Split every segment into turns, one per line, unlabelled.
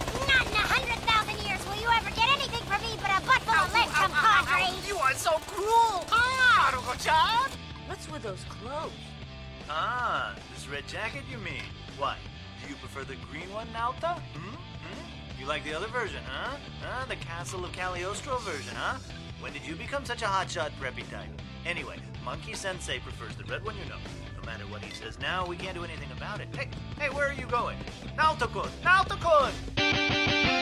are those clothes?
Ah, this red jacket you mean? Why? Do you prefer the green one, Nauta? Hmm? Hmm? You like the other version, huh? Huh? The Castle of Cagliostro version, huh? When did you become such a hotshot preppy type? Anyway, Monkey Sensei prefers the red one, you know. No matter what he says now, we can't do anything about it. Hey, hey, where are you going? Nauta-kun! Nauta-kun!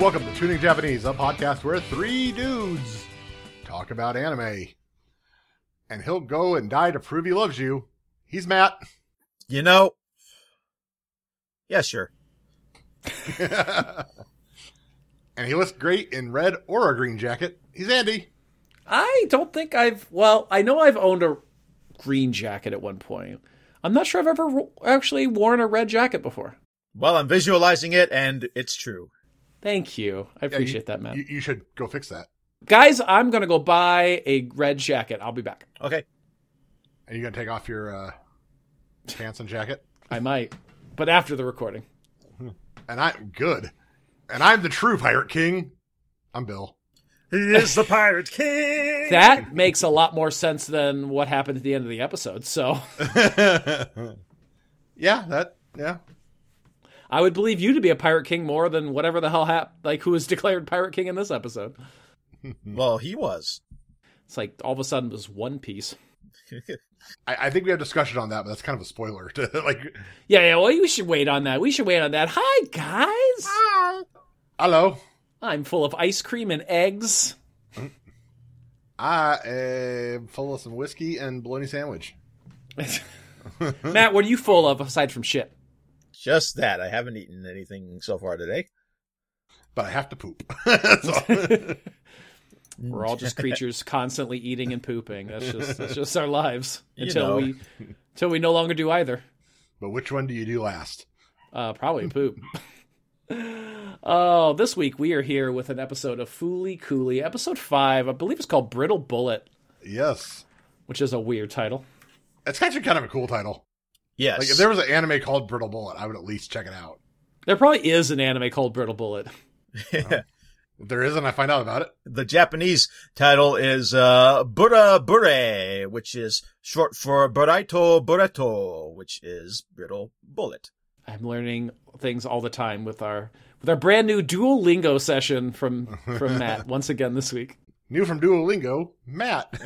Welcome to Tuning Japanese, a podcast where three dudes talk about anime. And he'll go and die to prove he loves you. He's Matt.
You know, yeah, sure.
and he looks great in red or a green jacket. He's Andy.
I don't think I've. Well, I know I've owned a green jacket at one point. I'm not sure I've ever wo- actually worn a red jacket before.
Well, I'm visualizing it, and it's true.
Thank you.
Yeah,
I appreciate
you-
that, man.
You, you should go fix that.
Guys, I'm going to go buy a red jacket. I'll be back.
Okay,
Are you going to take off your uh, pants and jacket?
I might, but after the recording.
And I'm good. And I'm the true Pirate King. I'm Bill.
he is the Pirate King.
That makes a lot more sense than what happened at the end of the episode. So
Yeah, that, yeah.
I would believe you to be a Pirate King more than whatever the hell happened, like who was declared Pirate King in this episode.
well, he was.
It's like all of a sudden it was One Piece.
I, I think we have discussion on that, but that's kind of a spoiler. To, like,
Yeah, yeah, well, we should wait on that. We should wait on that. Hi, guys.
hello,
I'm full of ice cream and eggs.
I am full of some whiskey and bologna sandwich.
Matt, what are you full of aside from shit?
Just that. I haven't eaten anything so far today.
but I have to poop. So-
We're all just creatures constantly eating and pooping. That's just that's just our lives
You
until
know.
we until we no longer do either.
but which one do you do last?
Uh, probably poop. oh, this week we are here with an episode of Fooly Cooley, episode five. I believe it's called Brittle Bullet,
Yes,
which is a weird title.
it's actually kind of a cool title.
Yes.
Like if there was an anime called Brittle Bullet, I would at least check it out.
There probably is an anime called Brittle Bullet.
If there isn't, I find out about it.
the Japanese title is uh, Bura Bure, which is short for Buraito Burato, which is brittle bullet.
I'm learning things all the time with our with our brand new Duolingo session from from Matt once again this week.
New from Duolingo, Matt.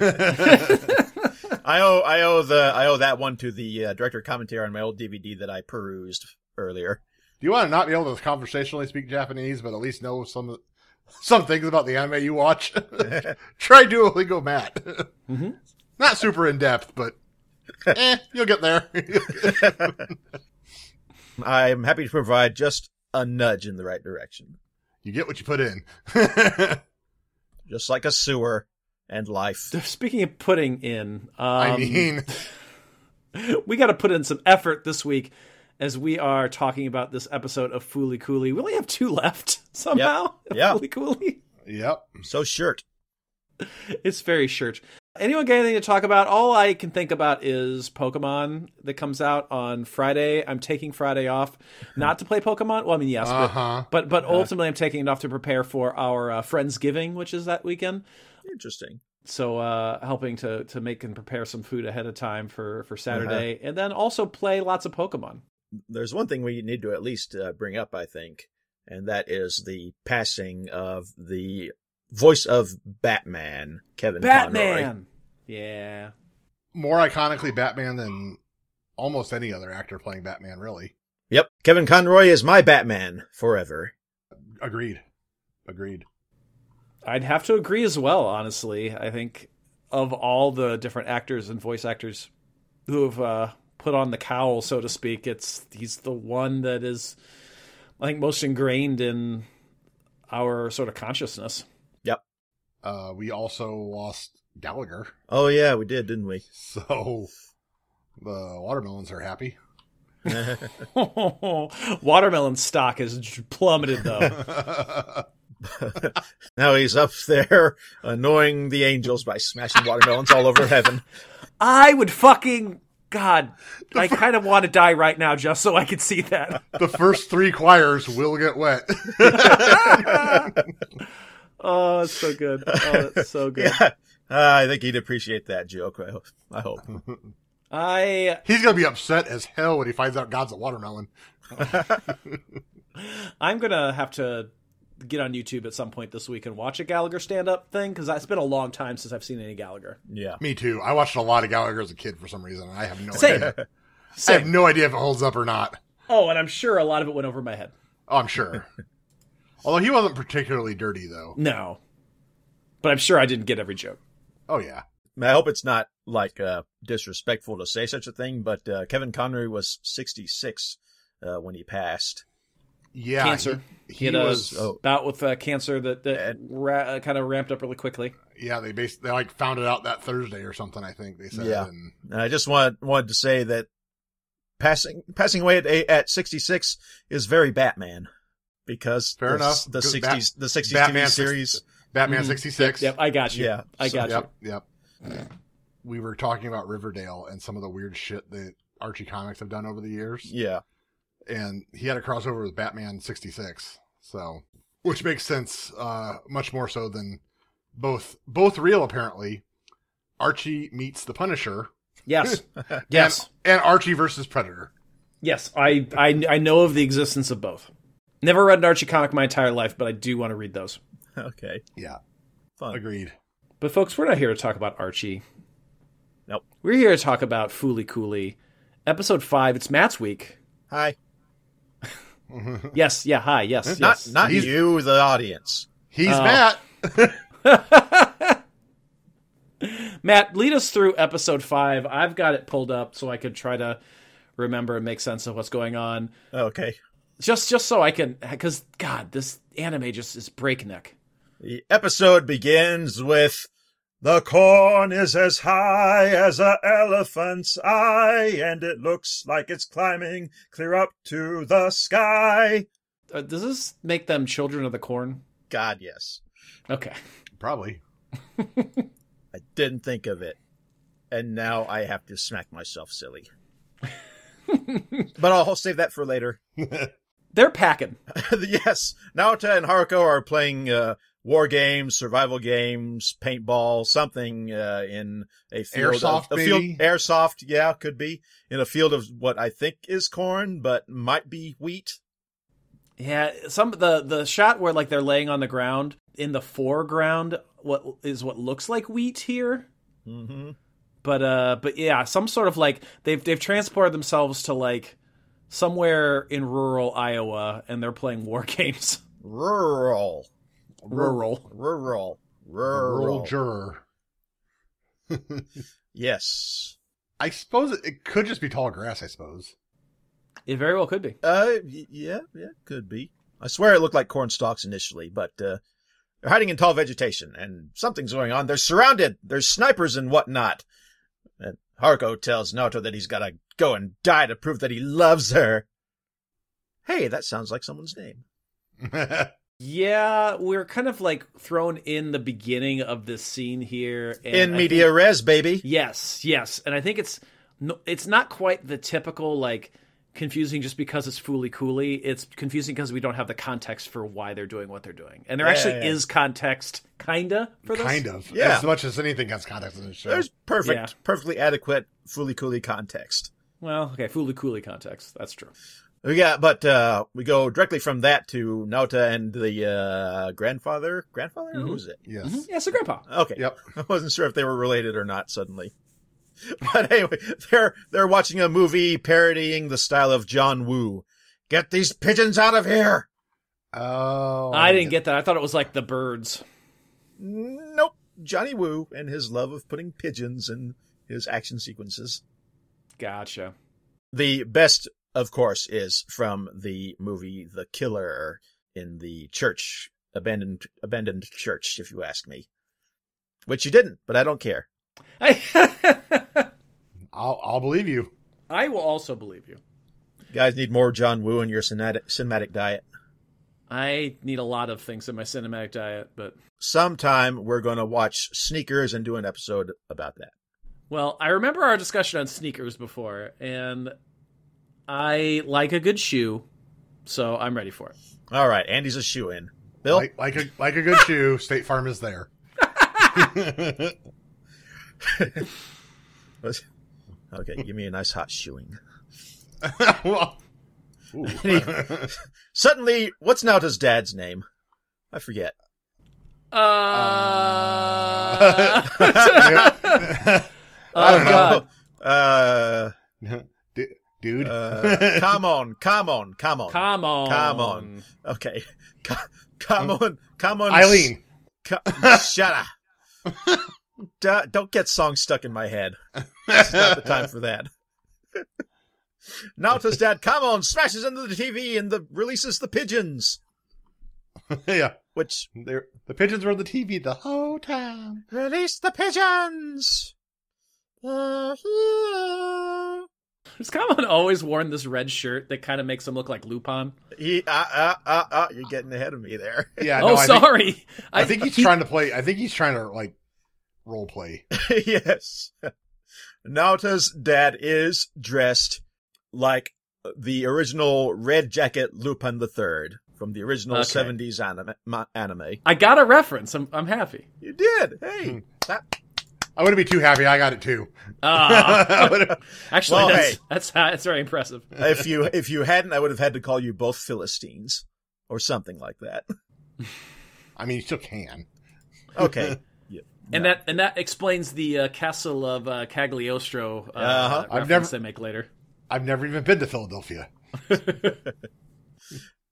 I owe I owe the I owe that one to the uh, director commentary on my old DVD that I perused earlier.
you want to not be able to conversationally speak Japanese, but at least know some some things about the anime you watch? Try Duolingo, Matt. Not super in depth, but eh, you'll get there.
I'm happy to provide just a nudge in the right direction,
you get what you put in.
just like a sewer and life.
Speaking of putting in, um,
I mean,
we got to put in some effort this week as we are talking about this episode of Fooly Cooley. We only have two left somehow.
Yeah.
Fooly Cooley.
yep.
So shirt.
It's very church. Anyone got anything to talk about? All I can think about is Pokemon that comes out on Friday. I'm taking Friday off, not to play Pokemon. Well, I mean, yes,
Uh
but
huh.
But but ultimately, I'm taking it off to prepare for our uh, Friendsgiving, which is that weekend.
Interesting.
So uh, helping to to make and prepare some food ahead of time for for Saturday, and then also play lots of Pokemon.
There's one thing we need to at least uh, bring up, I think, and that is the passing of the voice of Batman, Kevin Conroy.
Batman. Yeah.
more iconically Batman than almost any other actor playing Batman, really.
Yep, Kevin Conroy is my Batman forever.
Agreed. Agreed.
I'd have to agree as well, honestly. I think of all the different actors and voice actors who have uh, put on the cowl, so to speak, it's he's the one that is, I think, most ingrained in our sort of consciousness.
Uh, we also lost Gallagher,
Oh yeah, we did, didn't we?
so the watermelons are happy.
Watermelon stock has j- plummeted though.
now he's up there annoying the angels by smashing watermelons all over heaven.
I would fucking God, I kind of want to die right now just so I could see that.
the first three choirs will get wet.
Oh, that's so good. Oh, that's so good.
Yeah. Uh, I think he'd appreciate that joke. I hope. I hope.
I
He's gonna be upset as hell when he finds out God's a watermelon.
I'm gonna have to get on YouTube at some point this week and watch a Gallagher stand up thing because it's been a long time since I've seen any Gallagher.
Yeah.
Me too. I watched a lot of Gallagher as a kid for some reason. and I have no
Same.
idea. I have
Same.
no idea if it holds up or not.
Oh, and I'm sure a lot of it went over my head.
Oh, I'm sure. Although he wasn't particularly dirty though.
No, but I'm sure I didn't get every joke.
Oh yeah.
I hope it's not like uh, disrespectful to say such a thing, but uh, Kevin Connery was 66 uh, when he passed.
Yeah.
Cancer.
He,
He
he
had a
was
oh.
bout uh, with uh, cancer that that
And-
ra- kind of ramped up really quickly.
yeah, they based they like found it out that Thursday or something, I think they said.
Yeah.
And
And I just want, wanted to say that passing passing away at a- at 66 is very Batman because
Fair
the,
enough.
the
Good
60s the 60s
Batman
TV
60
series
Batman
Mhm.
sixty six.
Yep, I got you.
Yeah.
I got
Yep, yep. We were talking about Riverdale and some of the weird shit that Archie comics have done over the years,
yeah
and he had a crossover with Batman '66, so which makes sense, uh, much more so than both both real apparently. Archie meets the Punisher,
you. Yes, yes,
and, and Archie versus Predator.
yes. I, I I know of the existence of both. Never read an Archie comic my entire life, but I do want to read those.
okay
Yeah,
fun
agreed.
But folks, we're not here to talk about Archie.
Nope.
We're here to talk about Foolie Cooley, episode five. It's Matt's week.
hi
Yes, yeah, hi, yes,
not
yes.
not
He's-
you the audience
He's Matt.
Matt, lead us through episode five. I've got it pulled up so I could try to remember and make sense of what's going on.
okay
Just, just so I can, because God, this anime just is breakneck.
The episode begins with the corn is as high as a elephant's eye, and it looks like it's climbing clear up to the sky.
Uh, does this make them children of the corn?
God, yes.
Okay,
Probably.
I didn't think of it. And now I have to smack myself silly. but I'll save that for later.
they're packing.
yes, Naota and Haruko are playing uh, war games, survival games, paintball, something uh, in a field.
Airsoft,
of, a field-
maybe?
airsoft, yeah, could be in a field of what I think is corn, but might be wheat.
Yeah, some the the shot where like they're laying on the ground in the foreground what is what looks like wheat here.
Mm-hmm.
But uh but yeah, some sort of like they've they've transported themselves to like somewhere in rural Iowa and they're playing war games.
Rural,
rural.
rural,
Rural
rural.
juror.
yes.
I suppose it, it could just be tall grass. I suppose.
It very well could be.
Uh, y- yeah, yeah, could be. I swear it looked like corn stalks initially, but uh, they're hiding in tall vegetation, and something's going on. They're surrounded. There's snipers and whatnot. And Harko tells Naoto that he's gotta go and die to prove that he loves her. Hey, that sounds like someone's name.
Yeah, we're kind of like thrown in the beginning of this scene here and
in
I
media
think-
res, baby.
Yes, yes. And I think it's no, it's not quite the typical like confusing just because it's fooly coolly. It's confusing because we don't have the context for why they're doing what they're doing. And there
Yeah,
actually
yeah, yeah.
is context kinda for this.
kind of.
Yeah.
As much as anything has context in the show.
There's perfect,
Yeah.
perfectly adequate, fully coolly context.
Well, okay, fooly coolly context. That's true.
We got, but uh, we go directly from that to Naota and the uh, grandfather. Grandfather? Who is it?
yes.
Mhm. Yeah, so grandpa.
Okay.
Yep.
I wasn't sure if they were related or not suddenly. But anyway, they're they're watching a movie parodying the style of John Woo. Get these pigeons out of here.
Oh,
I didn't get that. I thought it was like the birds.
Nope. Johnny Woo and his love of putting pigeons in his action sequences.
Gotcha.
The best, of course, is from the movie The Killer in the church abandoned abandoned church, if you ask me. Which you didn't, but I don't care.
I,
I'll, I'll believe you.
I will also believe you.
You guys need more John Woo in your cinematic, cinematic diet.
I need a lot of things in my cinematic diet, but
Sometime we're going to watch Sneakers and do an episode about that.
well, I remember our discussion on sneakers before, and I like a good shoe, so I'm ready for it.
All right, Andy's a shoe in. Bill,
Like, like a like a good shoe, State Farm is there.
let's- okay, give me a nice hot shoeing.
well,
Suddenly, what's now his dad's name? I forget.
Uh,
Uh, I don't
Oh, God.
Uh,
know. Du- Dude,
uh, come on, come on, come on.
come on,
Come on. Okay. Ca- Come on. Come on.
Eileen.
Ca- shut up. D- don't get songs stuck in my head. It's not the time for that. Naoto's dad, come on, smashes into the TV and the, releases the pigeons.
yeah,
Which,
They're, the pigeons were on the TV the whole time.
release the pigeons. Uh-huh. They're here.
Does Kamon always worn this red shirt that kind of makes him look like Lupin?
He, uh, uh, uh, uh, you're getting ahead of me there.
Yeah,
oh,
no, I think-
sorry.
I think he's trying to play. I think he's trying to like role play.
yes. Naota's dad is dressed like the original red jacket Lupin the Third from the original
Okay.
70s anime, ma- anime.
I got a reference. I'm, I'm happy.
You did. Hey. That,
I wouldn't be too happy. I got it too.
Ah,
I would've-
actually,
Well,
that's,
hey.
that's that's very impressive.
if you if you hadn't, I would have had to call you both Philistines or something like that.
I mean, you still can.
Okay.
And that and that explains the uh, castle of uh, Cagliostro uh,
Uh-huh.
reference
I've never-
they make later.
I've never even been to Philadelphia.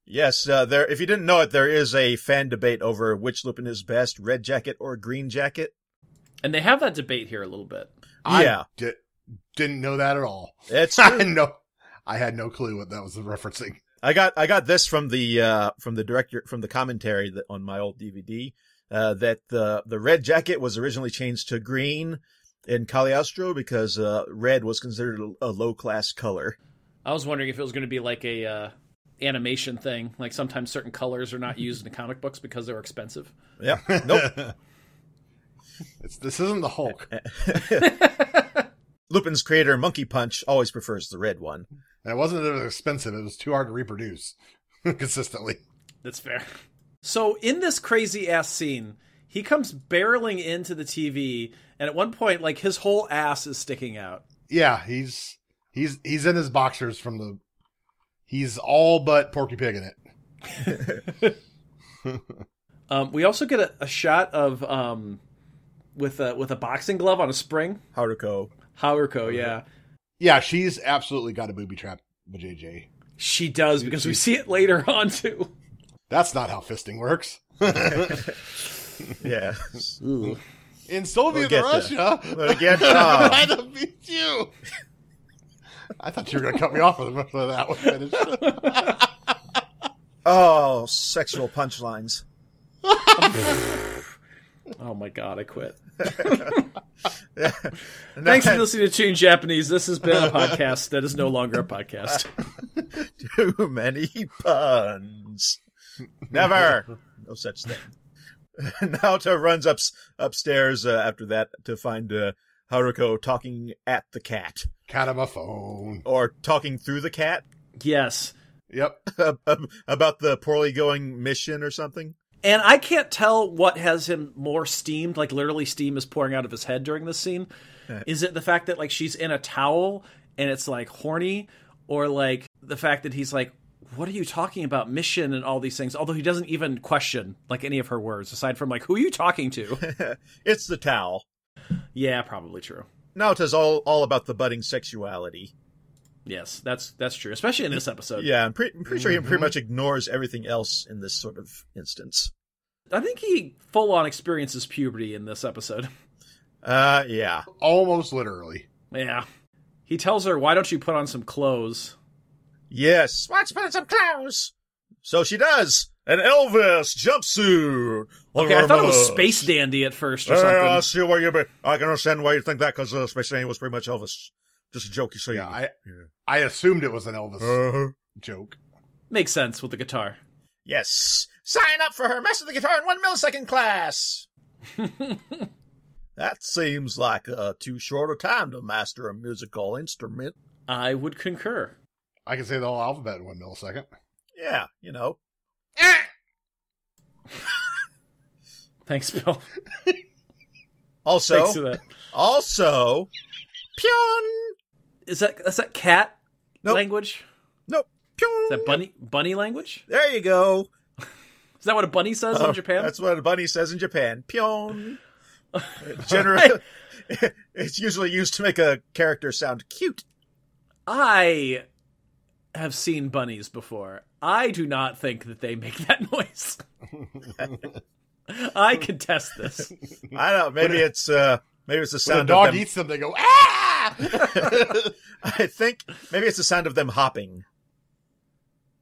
yes. Uh, there. If you didn't know it, there is a fan debate over which Lupin is best, red jacket or green jacket.
And they have that debate here a little bit.
I
Yeah.
di- didn't know that at all.
It's
I had no, I had no clue what that was referencing.
I got I got this from the uh from the director from the commentary that on my old DVD uh that the the red jacket was originally changed to green in Cagliostro because uh red was considered a, a low class color.
I was wondering if it was going to be like a uh, animation thing, like sometimes certain colors are not used in comic books because they were expensive.
Yeah. Nope.
It's, this isn't the Hulk.
Lupin's creator Monkey Punch always prefers the red one.
And it wasn't that it was expensive. It was too hard to reproduce consistently.
That's fair. So in this crazy ass scene, he comes barreling into the TV, and at one point, like his whole ass is sticking out.
Yeah, he's he's he's in his boxers from the. He's all but Porky Pig in it.
Um, we also get a, a shot of um, with a with a boxing glove on a spring.
Haruko.
Haruko, Oh, yeah,
Yeah, she's absolutely got a booby trap. But JJ,
she does because we see it later on too.
that's not how fisting works.
Yeah.
In
We'll
Soviet
get
Russia,
Again,
I
uh,
might have beat you. I thought you were going to cut me off with the rest of that one. finished.
oh, sexual punchlines.
Oh my god, I quit.
And
Thanks for
that-
listening to Tune Japanese. This has been a podcast that is no longer a podcast.
too many puns. Never. No such thing. Naoto runs up upstairs uh, after that to find uh, Haruko talking at the cat
Kind of a phone.
or talking through the cat
Yes.
Yep.
about the poorly going mission or something.
And I can't tell what has him more steamed, like literally steam is pouring out of his head during this scene. Is it the fact that like she's in a towel and it's like horny or like the fact that he's like what are you talking about mission and all these things although he doesn't even question like any of her words aside from like who are you talking to?
It's the towel.
yeah, probably true.
Naoto's all all about the budding sexuality.
Yes, that's that's true, especially in this episode.
Yeah, I'm, pre- I'm pretty sure he pretty much ignores everything else in this sort of instance.
I think he full on experiences puberty in this episode.
Uh, yeah.
Almost literally.
Yeah. He tells her, Why don't you put on some clothes?
Yes. Let's put some clothes. So she does. an Elvis jumpsuit.
Okay, I thought it was Space Dandy at first or
Hey,
something.
I see where you. Be. I can understand why you think that because uh, Space Dandy was pretty much Elvis. Just a joke you say.
Yeah, I I assumed it was an Elvis
Uh-huh.
joke.
Makes sense with the guitar.
Yes. Sign up for her master the guitar in one millisecond class. that seems like uh, too short a time to master a musical instrument.
I would concur.
I can say the whole alphabet in one millisecond.
Yeah, you know.
Thanks, Bill.
Also,
Thanks for that.
also, pyun.
Is that is that cat
Nope.
language?
Nope. Pyun.
Is that bunny bunny language?
There you go.
Is that what a bunny says
Oh,
in Japan?
That's what a bunny says in Japan. Pyong. Generally, it's usually used to make a character sound cute.
I have seen bunnies before. I do not think that they make that noise. I contest this.
I don't know. Maybe it's uh, maybe it's the
When a
sound
dog
of them.
eats them, they go ah.
I think maybe it's the sound of them hopping.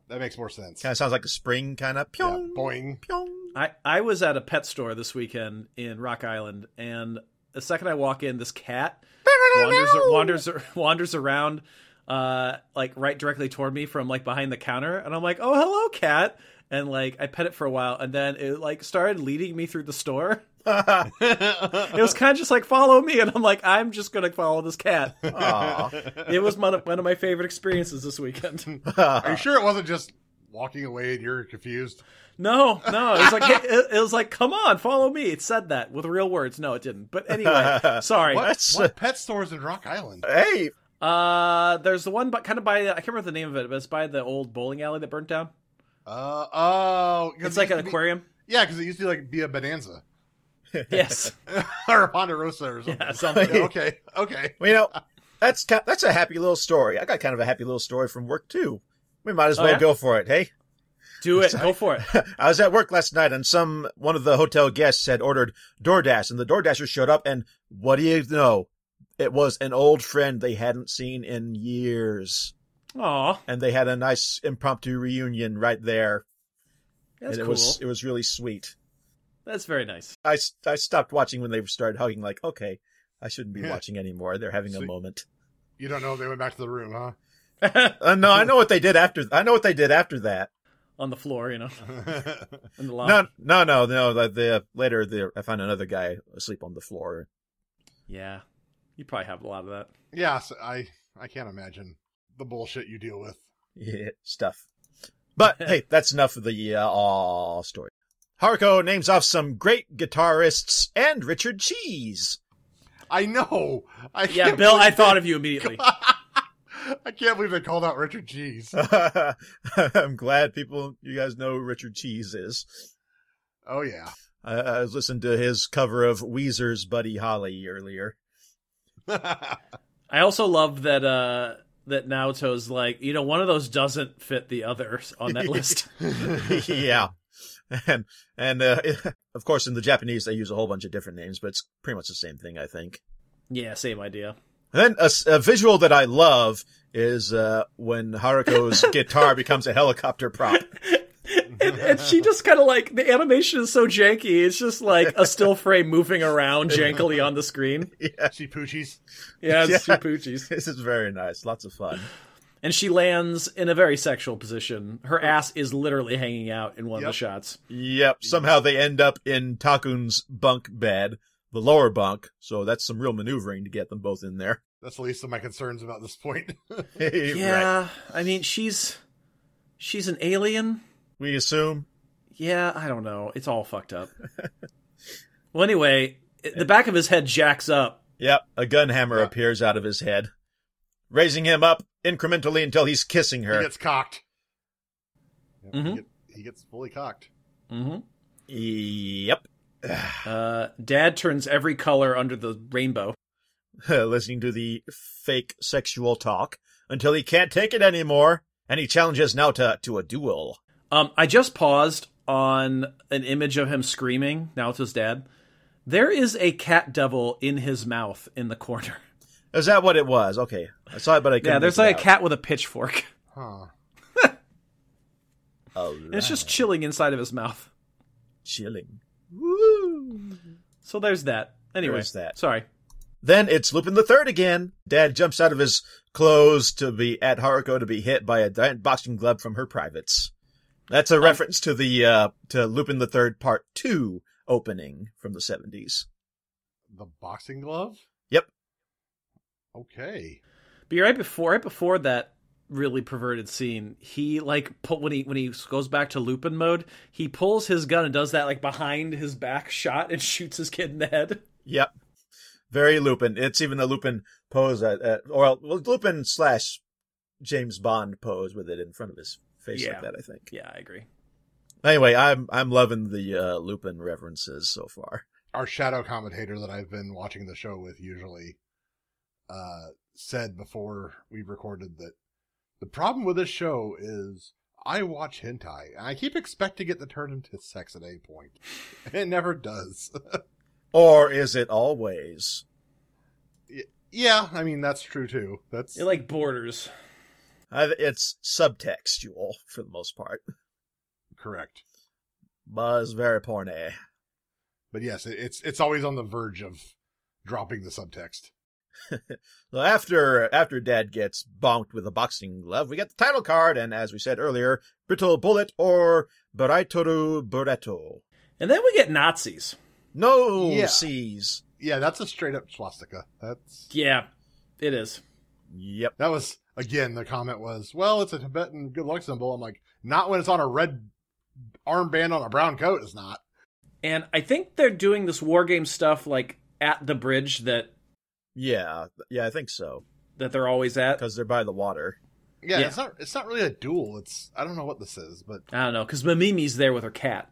that makes more sense.
Kind of sounds like a spring, kind of
Yeah,
pyong,
boing.
pyong.
I, I was at a pet store this weekend in Rock Island, and the second I walk in, this cat
Oh,
wanders wanders wanders around, uh, like right directly toward me from like behind the counter, and I'm like, "Oh, hello, cat!" And like I pet it for a while, and then it like started leading me through the store. It was kind of just like follow me, and I'm like, I'm just gonna follow this cat.
Aw.
It was one of, one of my favorite experiences this weekend.
Are
Uh,
you sure it wasn't just walking away and you're confused?
No, no, it was like it, it- it was like, come on, follow me. It said that with real words. No, it didn't. But anyway, sorry.
What,
That's-
what pet stores in Rock Island?
hey,
Uh, there's the one, but kind of by the, I can't remember the name of it, but it's by the old bowling alley that burnt down.
Uh oh, 'cause
It's
it
like
used
an
to be-
aquarium.
Yeah, because it used to like be a bonanza
yes.
or a ponderosa or something.
Yeah, something.
Yeah, okay, okay.
well, you know that's ki- that's a happy little story. I got kind of a happy little story from work too. We might as
Oh,
well
yeah?
go for it. Hey.
Do it. Go for it.
I was at work last night and some one of the hotel guests had ordered DoorDash and the DoorDasher showed up and what do you know? It was an old friend they hadn't seen in years.
Aw,
And they had a nice impromptu reunion right there.
that's
and it
cool.
was it was really sweet.
That's very nice.
I, s- I stopped watching when they started hugging like, "Okay, I shouldn't be
Yeah.
watching anymore. They're having a
Sweet.
moment."
You don't know if they went back to the room, huh?
Uh, no, I know what they did after I know what they did after that.
On the floor, you know, in the lobby.
No, no, no, no. The, the later the, I found another guy asleep on the floor
Yeah, you probably have a lot of that.
yeah, so I I can't imagine the bullshit you deal with.
yeah, stuff. But hey, that's enough of the uh, aw story. Harco names off some great guitarists and Richard Cheese.
I know. I
Yeah,
can't
Bill, I
believe
thought of you immediately.
I can't believe they called out Richard Cheese.
I'm glad people, you guys know who Richard Cheese is.
Oh yeah.
I, I was listening to his cover of Weezer's Buddy Holly earlier.
I also love that uh that Naoto's like, you know, one of those doesn't fit the other on that list.
yeah. And, and, uh, of course, in the Japanese, they use a whole bunch of different names, but it's pretty much the same thing, I think.
Yeah, same idea.
And then a, s- a visual that I love is uh, when Haruko's guitar becomes a helicopter prop.
and, and she just kind of like the animation is so janky. It's just like a still frame moving around jankily on the screen.
See Poochies.
Yeah,
Yeah.
it's two poochies.
This is very nice. Lots of fun.
And she lands in a very sexual position. Her ass is literally hanging out in one of
Yep.
the shots.
Yep. Somehow they end up in Takun's bunk bed, the lower bunk. So that's some real maneuvering to get them both in there.
That's the least of my concerns about this point.
Right.
Yeah, I mean she's she's an alien.
We assume.
Yeah, I don't know. It's all fucked up. well, anyway, the back of his head jacks up.
Yep. A gun hammer
Yeah.
appears out of his head, raising him up incrementally until he's kissing
he
her.
gets cocked. Yep, he,
Mhm.
get- he gets fully cocked.
hmm
yep.
Uh, Dad turns every color under the rainbow.
listening to the fake sexual talk until he can't take it anymore, and he challenges Nauta to a duel.
Um, I just paused on an image of him screaming. Now it's his dad. There is a cat devil in his mouth in the corner.
Is that what it was? Okay, I saw it, but I couldn't.
Yeah, there's
make it
like a
out.
cat with a pitchfork.
Huh.
and it's just chilling inside of his mouth.
chilling. Woo.
So there's that. Anyway,
There's that.
Sorry.
Then it's Lupin the Third again. Dad jumps out of his clothes to be at Haruko to be hit by a giant boxing glove from her privates. That's
Um,
a reference to the uh to Lupin the Third Part Two opening from the seventies.
The boxing glove?
Yep.
Okay.
But right before, right before that really perverted scene, he like pull, when he when he goes back to Lupin mode, he pulls his gun and does that like behind his back shot and shoots his kid in the head.
Yep. Very Lupin. It's even a Lupin pose, at, at, or well, Lupin slash James Bond pose with it in front of his face
Yeah.
like that. I think.
Yeah, I agree.
Anyway, I'm I'm loving the uh, Lupin references so far.
Our shadow commentator that I've been watching the show with usually uh, said before we recorded that the problem with this show is I watch hentai and I keep expecting it to turn into sex at any point. And it never does.
Or is it always?
yeah, I mean, that's true too. That's
It like borders.
I, it's subtextual for the most part,
correct.
but it's very porny.
But yes, it, it's it's always on the verge of dropping the subtext.
So after after Dad gets bonked with a boxing glove, we get the title card, and as we said earlier, Brittle Bullet or Baraitoru Buretto.
And then we get Nazis.
No
Yeah.
C's.
Yeah, that's a straight up swastika. That's
Yeah, it is.
Yep.
That was again the comment was, well, it's a Tibetan good luck symbol. I'm like, not when it's on a red armband on a brown coat, it's not.
And I think they're doing this war game stuff like at the bridge that
Yeah. Yeah, I think so.
that they're always at.
Because they're by the water.
Yeah,
Yeah.
it's not it's not really a duel. It's I don't know what this is, but
I don't know because Mamimi's there with her cat.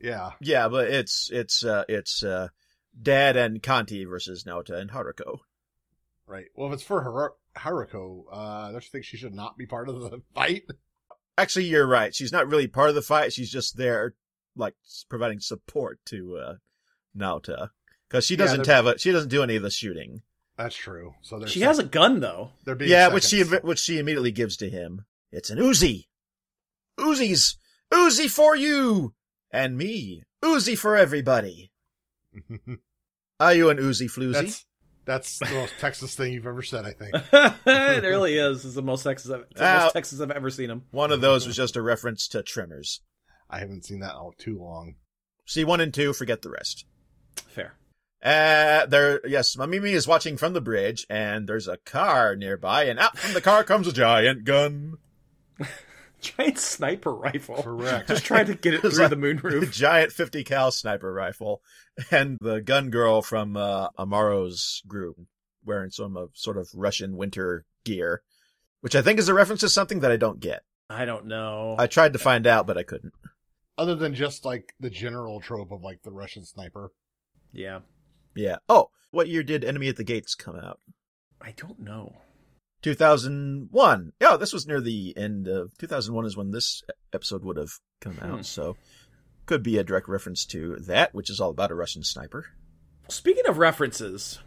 yeah.
Yeah, but it's it's uh it's uh Dad and Conti versus Naota and Haruko.
Right. Well if it's for Har- Haruko, uh don't you think she should not be part of the fight?
Actually, you're right. She's not really part of the fight. She's just there, like s- providing support to uh, Nauta, because she
Yeah,
doesn't
they're-
have a she doesn't do any of the shooting.
That's true. So there's
She has a gun though.
there being
Yeah, which she
seconds.
inv- which she immediately gives to him. It's an Uzi, Uzis, Uzi for you and me, Uzi for everybody. Are you an Uzi floozy?
that's that's the most Texas thing you've ever said, I think.
it really is. It's the most Texas. I've, it's the
Ow.
most Texas I've ever seen him.
One of those was just a reference to Tremors.
I haven't seen that in all too long.
See one and two, forget the rest.
Fair.
Uh, there, yes, Mamimi is watching from the bridge, and there's a car nearby, and out from the car comes a giant gun.
Giant sniper rifle.
Correct.
Just trying to get it through the
A
moonroof.
giant 50 cal sniper rifle, and the gun girl from, uh, Amaro's group, wearing some of, sort of Russian winter gear, which I think is a reference to something that I don't get.
I don't know.
I tried to find out, but I couldn't.
Other than just like the general trope of like the Russian sniper.
yeah,
Yeah. Oh, what year did Enemy at the Gates come out?
I don't know.
2001. Yeah, this was near the end of 2001 is when this episode would have come out.
Hmm.
So could be a direct reference to that, which is all about a Russian sniper.
Speaking of references,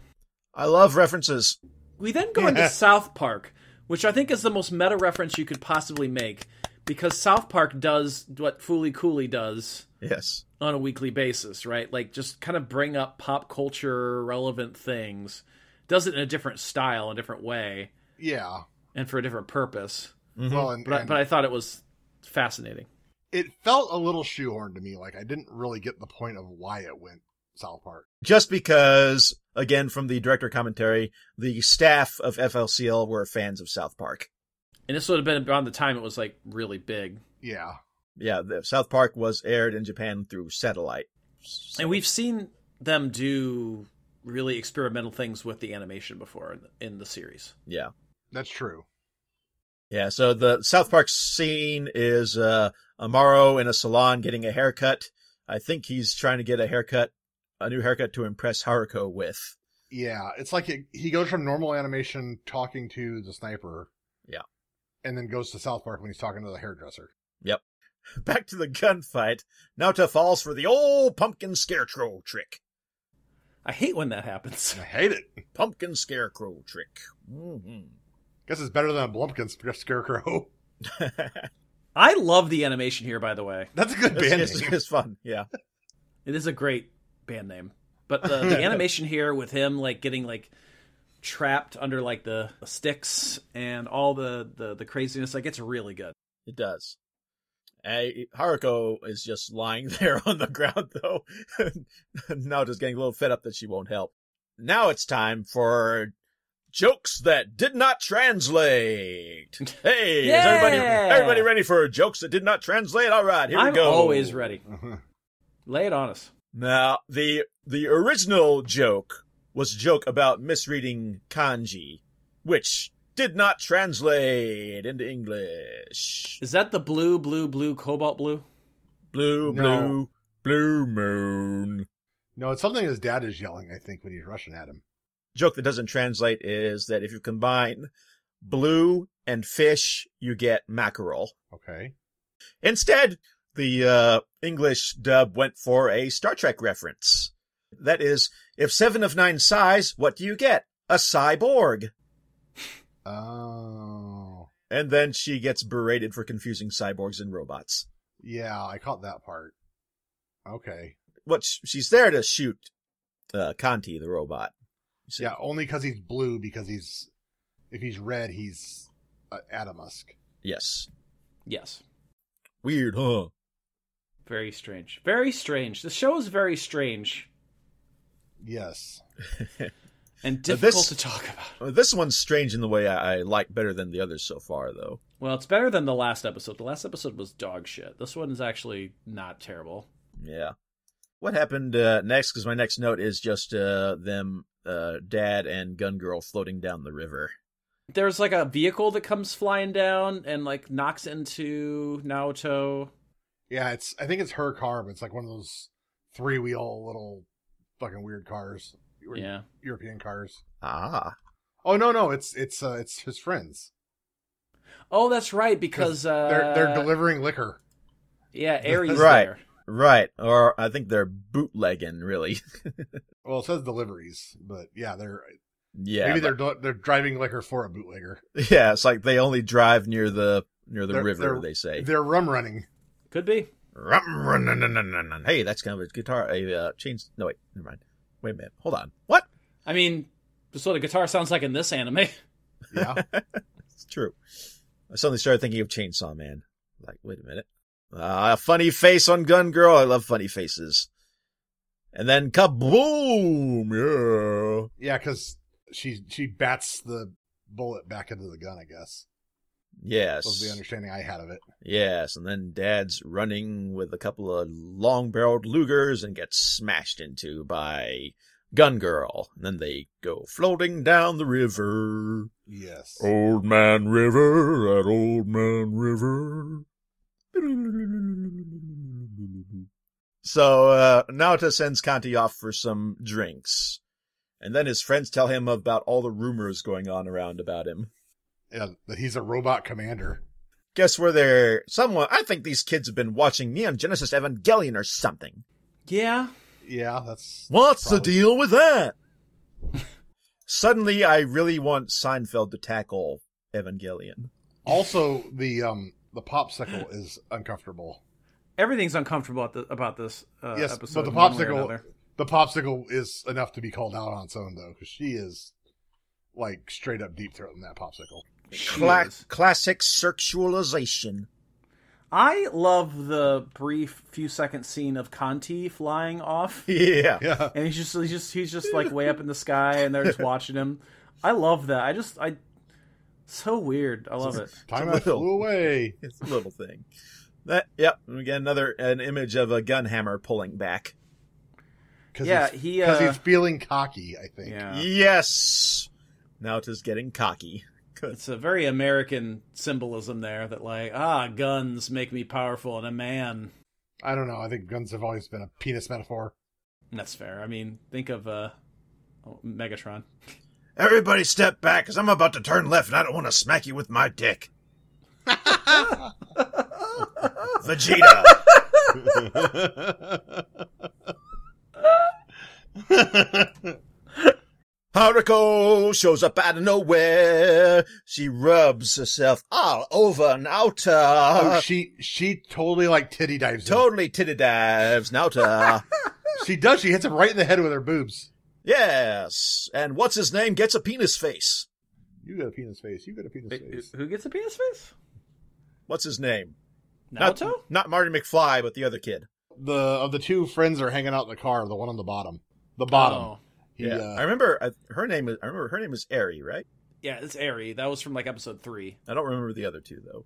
I love references.
we then go into South Park, which I think is the most meta reference you could possibly make, because South Park does what Foolie Cooley does
Yes.
on a weekly basis, right? Like just kind of bring up pop culture relevant things, does it in a different style, a different way,
Yeah.
and for a different purpose.
Well, and,
Mm-hmm. But I,
and-
but I thought it was fascinating.
it felt a little shoehorned to me. Like I didn't really get the point of why it went South Park.
Just because, again, from the director commentary, the staff of FLCL were fans of South Park.
And this would have been around the time it was like really big.
Yeah,
Yeah, the, South Park was aired in Japan through satellite. So-
And we've seen them do really experimental things with the animation before in the, in the series.
yeah.
that's true.
Yeah, so the South Park scene is uh Amaro in a salon getting a haircut. I think he's trying to get a haircut, a new haircut to impress Haruko with.
Yeah, it's like it, he goes from normal animation talking to the sniper.
Yeah.
and then goes to South Park when he's talking to the hairdresser.
Back to the gunfight. Nauta falls for the old pumpkin scarecrow trick.
I hate when that happens.
And I hate it.
Pumpkin scarecrow trick. hmm
Guess it's better than a Blumpkin sc- scarecrow.
I love the animation here, by the way.
That's a good
It's,
band
it's,
name.
it's fun. Yeah.
It is a great band name, but the, the animation here with him like getting like trapped under like the sticks and all the the, the craziness, like it's really good.
It does. I, Haruko is just lying there on the ground, though. now just getting a little fed up that she won't help. Now it's time for jokes that did not translate. Hey, is everybody
Yeah!
everybody ready for jokes that did not translate? All right, here
I'm
we go.
always ready.
Uh-huh.
Lay it on us.
Now the the original joke was a joke about misreading kanji, which did not translate into English.
Is that the blue, blue, blue, cobalt blue?
Blue,
No.
blue, blue moon.
No, it's something his dad is yelling, I think, when he's rushing at him.
Joke that doesn't translate is that if you combine blue and fish, you get mackerel.
Okay.
Instead, the uh, English dub went for a Star Trek reference. That is, if seven of nine size, what do you get? A cyborg.
Oh.
And then she gets berated for confusing cyborgs and robots.
Yeah, I caught that part. Okay.
What sh- she's there to shoot uh, Conti, the robot.
Yeah, only because he's blue, because he's. If he's red, he's uh, Adamusk.
Yes.
Yes.
Weird, huh?
Very strange. Very strange. The show is very strange
Yes.
and
this-
difficult to talk about.
Uh, This one's strange in the way I, I like better than the others so far, though.
Well, it's better than the last episode. The last episode was dog shit. This one is actually not terrible.
Yeah. What happened uh, next? Because my next note is just uh, them, uh, Dad and Gun Girl floating down the river.
There's like a vehicle that comes flying down and like knocks into Naoto.
Yeah, it's. I think it's her car, but it's like one of those three wheel little fucking weird cars. Euro-
Yeah.
European cars.
Ah.
Oh no no! It's it's uh, it's his friends
Oh, that's right because uh,
they're they're delivering liquor.
yeah, Aries
Right.
there.
Right. Or I think they're bootlegging, really.
Well, it says deliveries, but yeah, they're
yeah.
maybe
but-
they're del- they're driving liquor for a bootlegger.
Yeah, it's like they only drive near the near the
They're-
river.
they're-
They say.
They're rum running.
Could be.
Rum, run, run, run, run, run, run. Hey, that's kind of a guitar. A uh, chains. No, wait, never mind. Wait a minute. Hold on. What?
I mean, that's what a guitar sounds like in this anime.
Yeah,
It's true. I suddenly started thinking of Chainsaw Man. Like, wait a minute. Ah, a funny face on Gun Girl. I love funny faces. And then kaboom! Yeah.
yeah, because she she bats the bullet back into the gun. I guess was the
Yes.
understanding I had of it.
Yes. And then Dad's running with a couple of long-barreled Lugers and gets smashed into by Gun Girl. And then they go floating down the river.
Yes.
Old Man River, at Old Man River. So uh, Naota sends Conti off for some drinks. And then his friends tell him about all the rumors going on around about him.
Yeah, that he's a robot commander.
Guess where they're. Someone. I think these kids have been watching Neon Genesis Evangelion or something.
Yeah.
Yeah, that's
What's
Probably.
the deal with that? Suddenly, I really want Seinfeld to tackle Evangelion.
also the um the popsicle is uncomfortable.
Everything's uncomfortable at the, about this uh,
yes,
episode.
but the
in one way or
popsicle
another.
the popsicle is enough to be called out on its own though, because she is like straight up deep throating that popsicle.
She
Cla-
is.
classic sexualization.
I love the brief few second scene of Conti flying off,
Yeah.
Yeah.
and he's just he's just he's just like way up in the sky, and they're just watching him. I love that. I just I so weird. I love it.
Time
It's
I
a
flew
little-
away.
It's a little thing. That yep. And again, another an image of a gun hammer pulling back.
Cause
Yeah,
he's,
he,
because
uh,
he's feeling cocky. I think.
Yeah,
Yes. Now it is getting cocky. Good.
it's a very American symbolism there that like ah guns make me powerful and a man.
I don't know. I think guns have always been a penis metaphor.
And That's fair. I mean, think of uh, oh, Megatron.
Everybody, step back, cause I'm about to turn left, and I don't want to smack you with my dick. Vegeta. Haruko shows up out of nowhere. She rubs herself all over Nauta.
oh, she she totally like titty dives. him.
totally titty dives Nauta.
She does. She hits him right in the head with her boobs.
yes. And what's his name gets a penis face.
You got a penis face. You got a penis face.
Who gets a penis face?
What's his name? Not,
Naoto?
not Marty McFly, but the other kid.
The of the two friends that are hanging out in the car. The one on the bottom. The bottom.
Oh.
He,
yeah. I
uh,
remember uh, her name is, I remember her name is Eri, right?
Yeah, it's Airy. That was from like episode three.
I don't remember the other two though.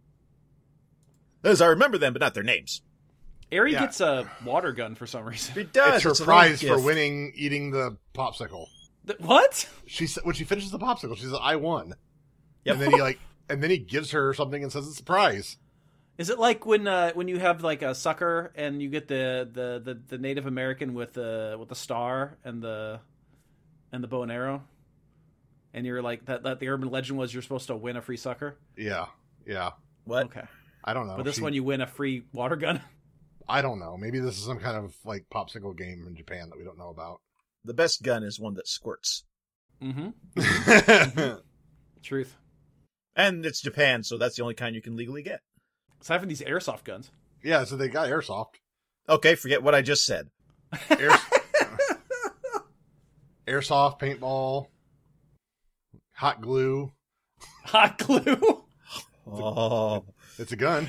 Those I remember them, but not their names.
Airy
Yeah.
gets a water gun for some reason.
She does.
it's her
a little
prize for
gift.
winning eating the popsicle.
Th- What?
She sa- when she finishes the popsicle, she says, "I won."
Yep.
And then he like, and then he gives her something and says it's a prize.
Is it like when uh, when you have like a sucker and you get the, the, the, the Native American with the with the star and the and the bow and arrow, and you're like that, that the urban legend was you're supposed to win a free sucker.
Yeah, yeah.
What?
okay,
I don't know.
but this
Oh, She-
one you win a free water gun.
I don't know. Maybe this is some kind of like popsicle game in Japan that we don't know about.
The best gun is one that squirts.
mm-hmm.
Mm-hmm.
Truth.
And it's Japan, so that's the only kind you can legally get.
Aside from these airsoft guns,
yeah, so they got airsoft.
Okay, forget what I just said.
Air- airsoft, paintball, hot glue.
hot glue.
Oh.
It's a gun.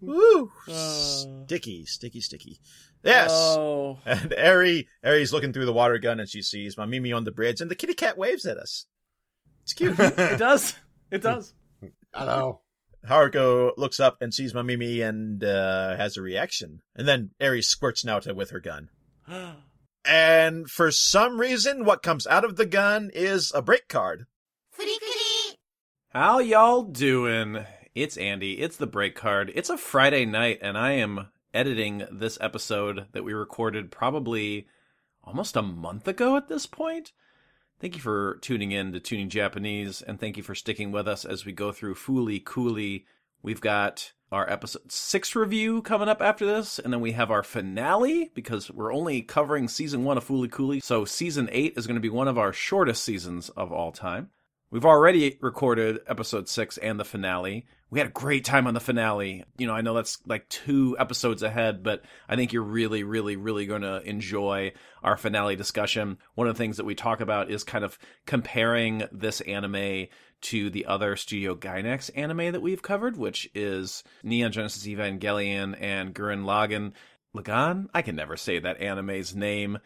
Woo.
Uh.
sticky, sticky, sticky. Yes.
Oh,
And Eri, Eri's looking through the water gun and she sees my Mimi on the bridge and the kitty cat waves at us. It's cute.
it does. It does.
I know.
Haruko looks up and sees my Mimi and uh, has a reaction. And then Eri squirts Nauta with her gun. And for some reason, what comes out of the gun is a break card.
フリクリ
How y'all doing? It's Andy. It's the break card. It's a Friday night, and I am editing this episode that we recorded probably almost a month ago at this point. Thank you for tuning in to Tuning Japanese, and thank you for sticking with us as we go through Foolie Cooley. We've got our episode six review coming up after this, and then we have our finale because we're only covering season one of Foolie Cooley. So, season eight is going to be one of our shortest seasons of all time. We've already recorded episode six and the finale. We had a great time on the finale. You know, I know that's like two episodes ahead, but I think you're really, really, really going to enjoy our finale discussion. One of the things that we talk about is kind of comparing this anime to the other Studio Gainax anime that we've covered, which is Neon Genesis Evangelion and Gurren Lagann. Lagann? I can never say that anime's name.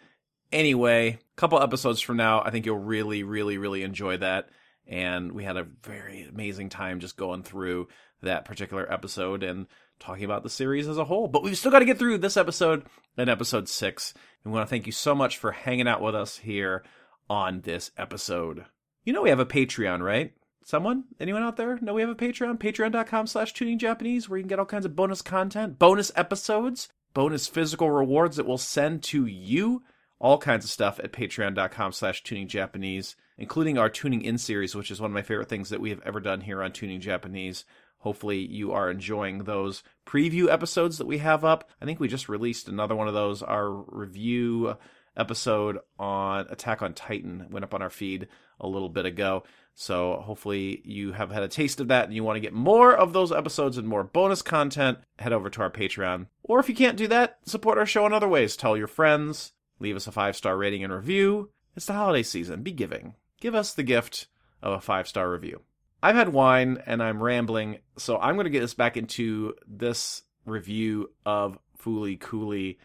Anyway, a couple episodes from now, I think you'll really, really, really enjoy that and we had a very amazing time just going through that particular episode and talking about the series as a whole. But we've still got to get through this episode and episode six. And we want to thank you so much for hanging out with us here on this episode. You know we have a Patreon, right? Someone? Anyone out there? No, we have a Patreon. Patreon.com slash tuning Japanese where you can get all kinds of bonus content, bonus episodes, bonus physical rewards that we'll send to you all kinds of stuff at patreon.com slash tuning japanese including our tuning in series which is one of my favorite things that we have ever done here on tuning japanese hopefully you are enjoying those preview episodes that we have up i think we just released another one of those our review episode on attack on titan went up on our feed a little bit ago so hopefully you have had a taste of that and you want to get more of those episodes and more bonus content head over to our patreon or if you can't do that support our show in other ways tell your friends Leave us a five star rating and review. It's the holiday season. Be giving. Give us the gift of a five star review. I've had wine and I'm rambling, so I'm going to get us back into this review of Foolie Cooley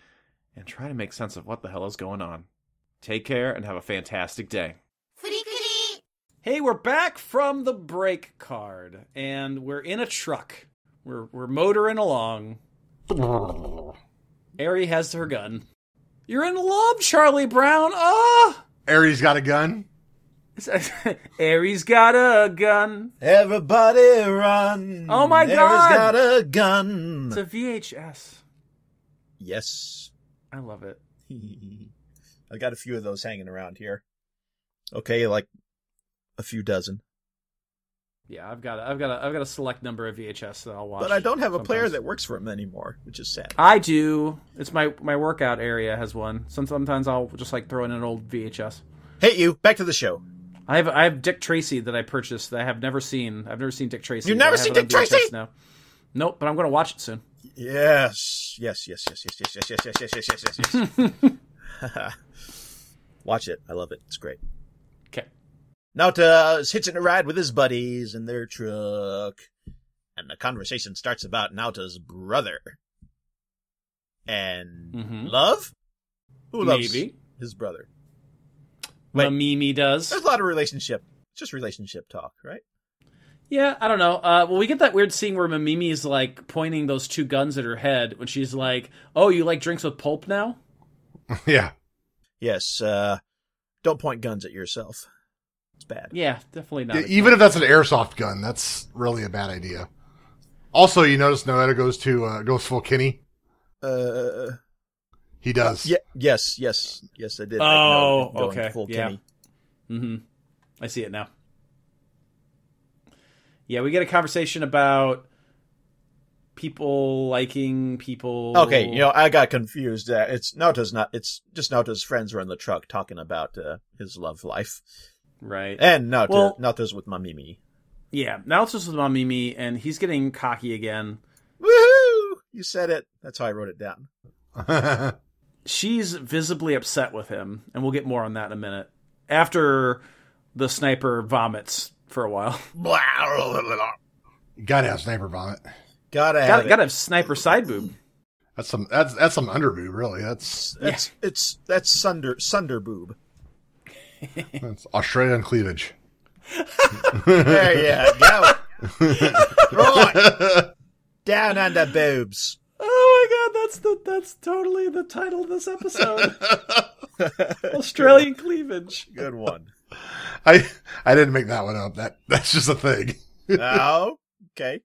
and try to make sense of what the hell is going on. Take care and have a fantastic day.
フリクリ
Hey, we're back from the break card, and we're in a truck. We're, we're motoring along. Ari has her gun. You're in love, Charlie Brown. Ah!
Aries got a gun.
Aries got a gun.
Everybody run.
Oh my
Eri's
God.
got a gun.
It's a VHS.
yes.
I love it.
I've got a few of those hanging around here. Okay, like a few dozen.
Yeah, I've got a, I've got a, I've got a select number of VHS that I'll watch.
But I don't have a player
sometimes.
that works for them anymore, which is sad.
I do. It's my my workout area has one. Some- Sometimes I'll just like throw in an old VHS.
Hate you. Back to the show.
I have I have Dick Tracy that I purchased that I have never seen. I've never seen Dick Tracy.
You've
but I
never
have
seen
it on
Dick Tracy?
VHS Now. Nope, but I'm going to watch it soon.
Yes, yes, yes, yes, yes, yes, yes, yes, yes, yes, yes, yes, yes, yes. Watch it. I love it. It's great.
Okay.
Nauta is hitching a ride with his buddies in their truck, and the conversation starts about Nauta's brother and
Mhm.
love. Who loves
Maybe.
his brother? Wait.
Wait. Mimi does.
There's a lot of relationship, just relationship talk, right?
Yeah, I don't know. Uh, well, we get that weird scene where Mimimi is like pointing those two guns at her head when she's like, "Oh, you like drinks with pulp now?"
yeah.
Yes. Uh, don't point guns at yourself. It's bad.
Yeah, definitely not.
Yeah, even if that's an airsoft gun, that's really a bad idea. Also, you notice Noetta goes to uh, goes full Kenny.
Uh,
He does.
yeah. Yes. Yes. Yes. I did. I
Oh,
know, going
okay,
Full
yeah.
Kenny.
Mm-hmm. I see it now. Yeah, we get a conversation about people liking people.
Okay, you know, I got confused. Uh, it's Nauta's not. It's just Nauta's friends were in the truck talking about uh, his love life,
right?
and Nauta,
Well-
Nauta's with Mamimi.
Yeah. Now it's just with Mom Mimi, and he's getting cocky again.
Woohoo! You said it. That's how I wrote it down.
she's visibly upset with him, and we'll get more on that in a minute. After the sniper vomits for a while,
Gotta have sniper vomit.
Gotta have
gotta,
it.
gotta have sniper side boob.
That's some that's that's some underboob, really. That's
That's it's that's Sunder Sunder boob.
that's Australian cleavage.
There you go. right down on the boobs.
Oh my god, that's the that's totally the title of this episode. Australian cleavage.
Good one.
I I didn't make that one up. That that's just a thing.
Oh, okay.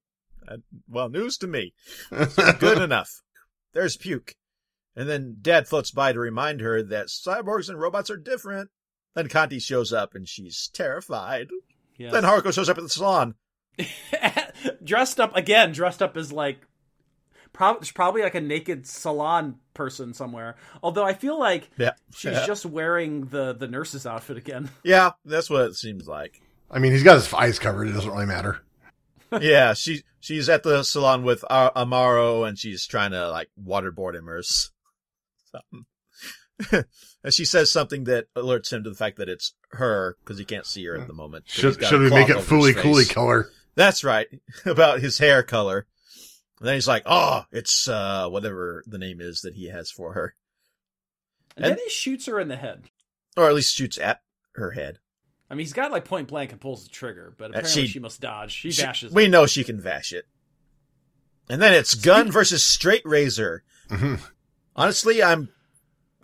Uh, well, news to me. Good enough. There's puke. And then Dad floats by to remind her that cyborgs and robots are different. Then Conti shows up and she's terrified. Then Haruko shows up at the salon.
dressed up again, dressed up as like prob- probably like a naked salon person somewhere. Although I feel like
Yeah.
she's
Yeah.
just wearing the the nurse's outfit again.
Yeah, that's what it seems like.
I mean, he's got his eyes covered. It doesn't really matter.
yeah, she she's at the salon with Ar- Amaro and she's trying to like waterboard him or s- something. and she says something that alerts him to the fact that it's her because he can't see her at the moment. 'cause he's
Should
got
should
a
we
cloth
make it
over his
fully coolly
face.
color?
That's right. About his hair color. And then he's like, oh, it's uh, whatever the name is that he has for her.
And,
And-
then he shoots her in the head.
Or at least shoots at her head.
I mean, he's got like point blank and pulls the trigger, but
Uh,
apparently
she-
she, must dodge. She,
She-
dashes.
we know she can vash it. And then it's gun versus straight razor.
Mhm.
Honestly, I'm.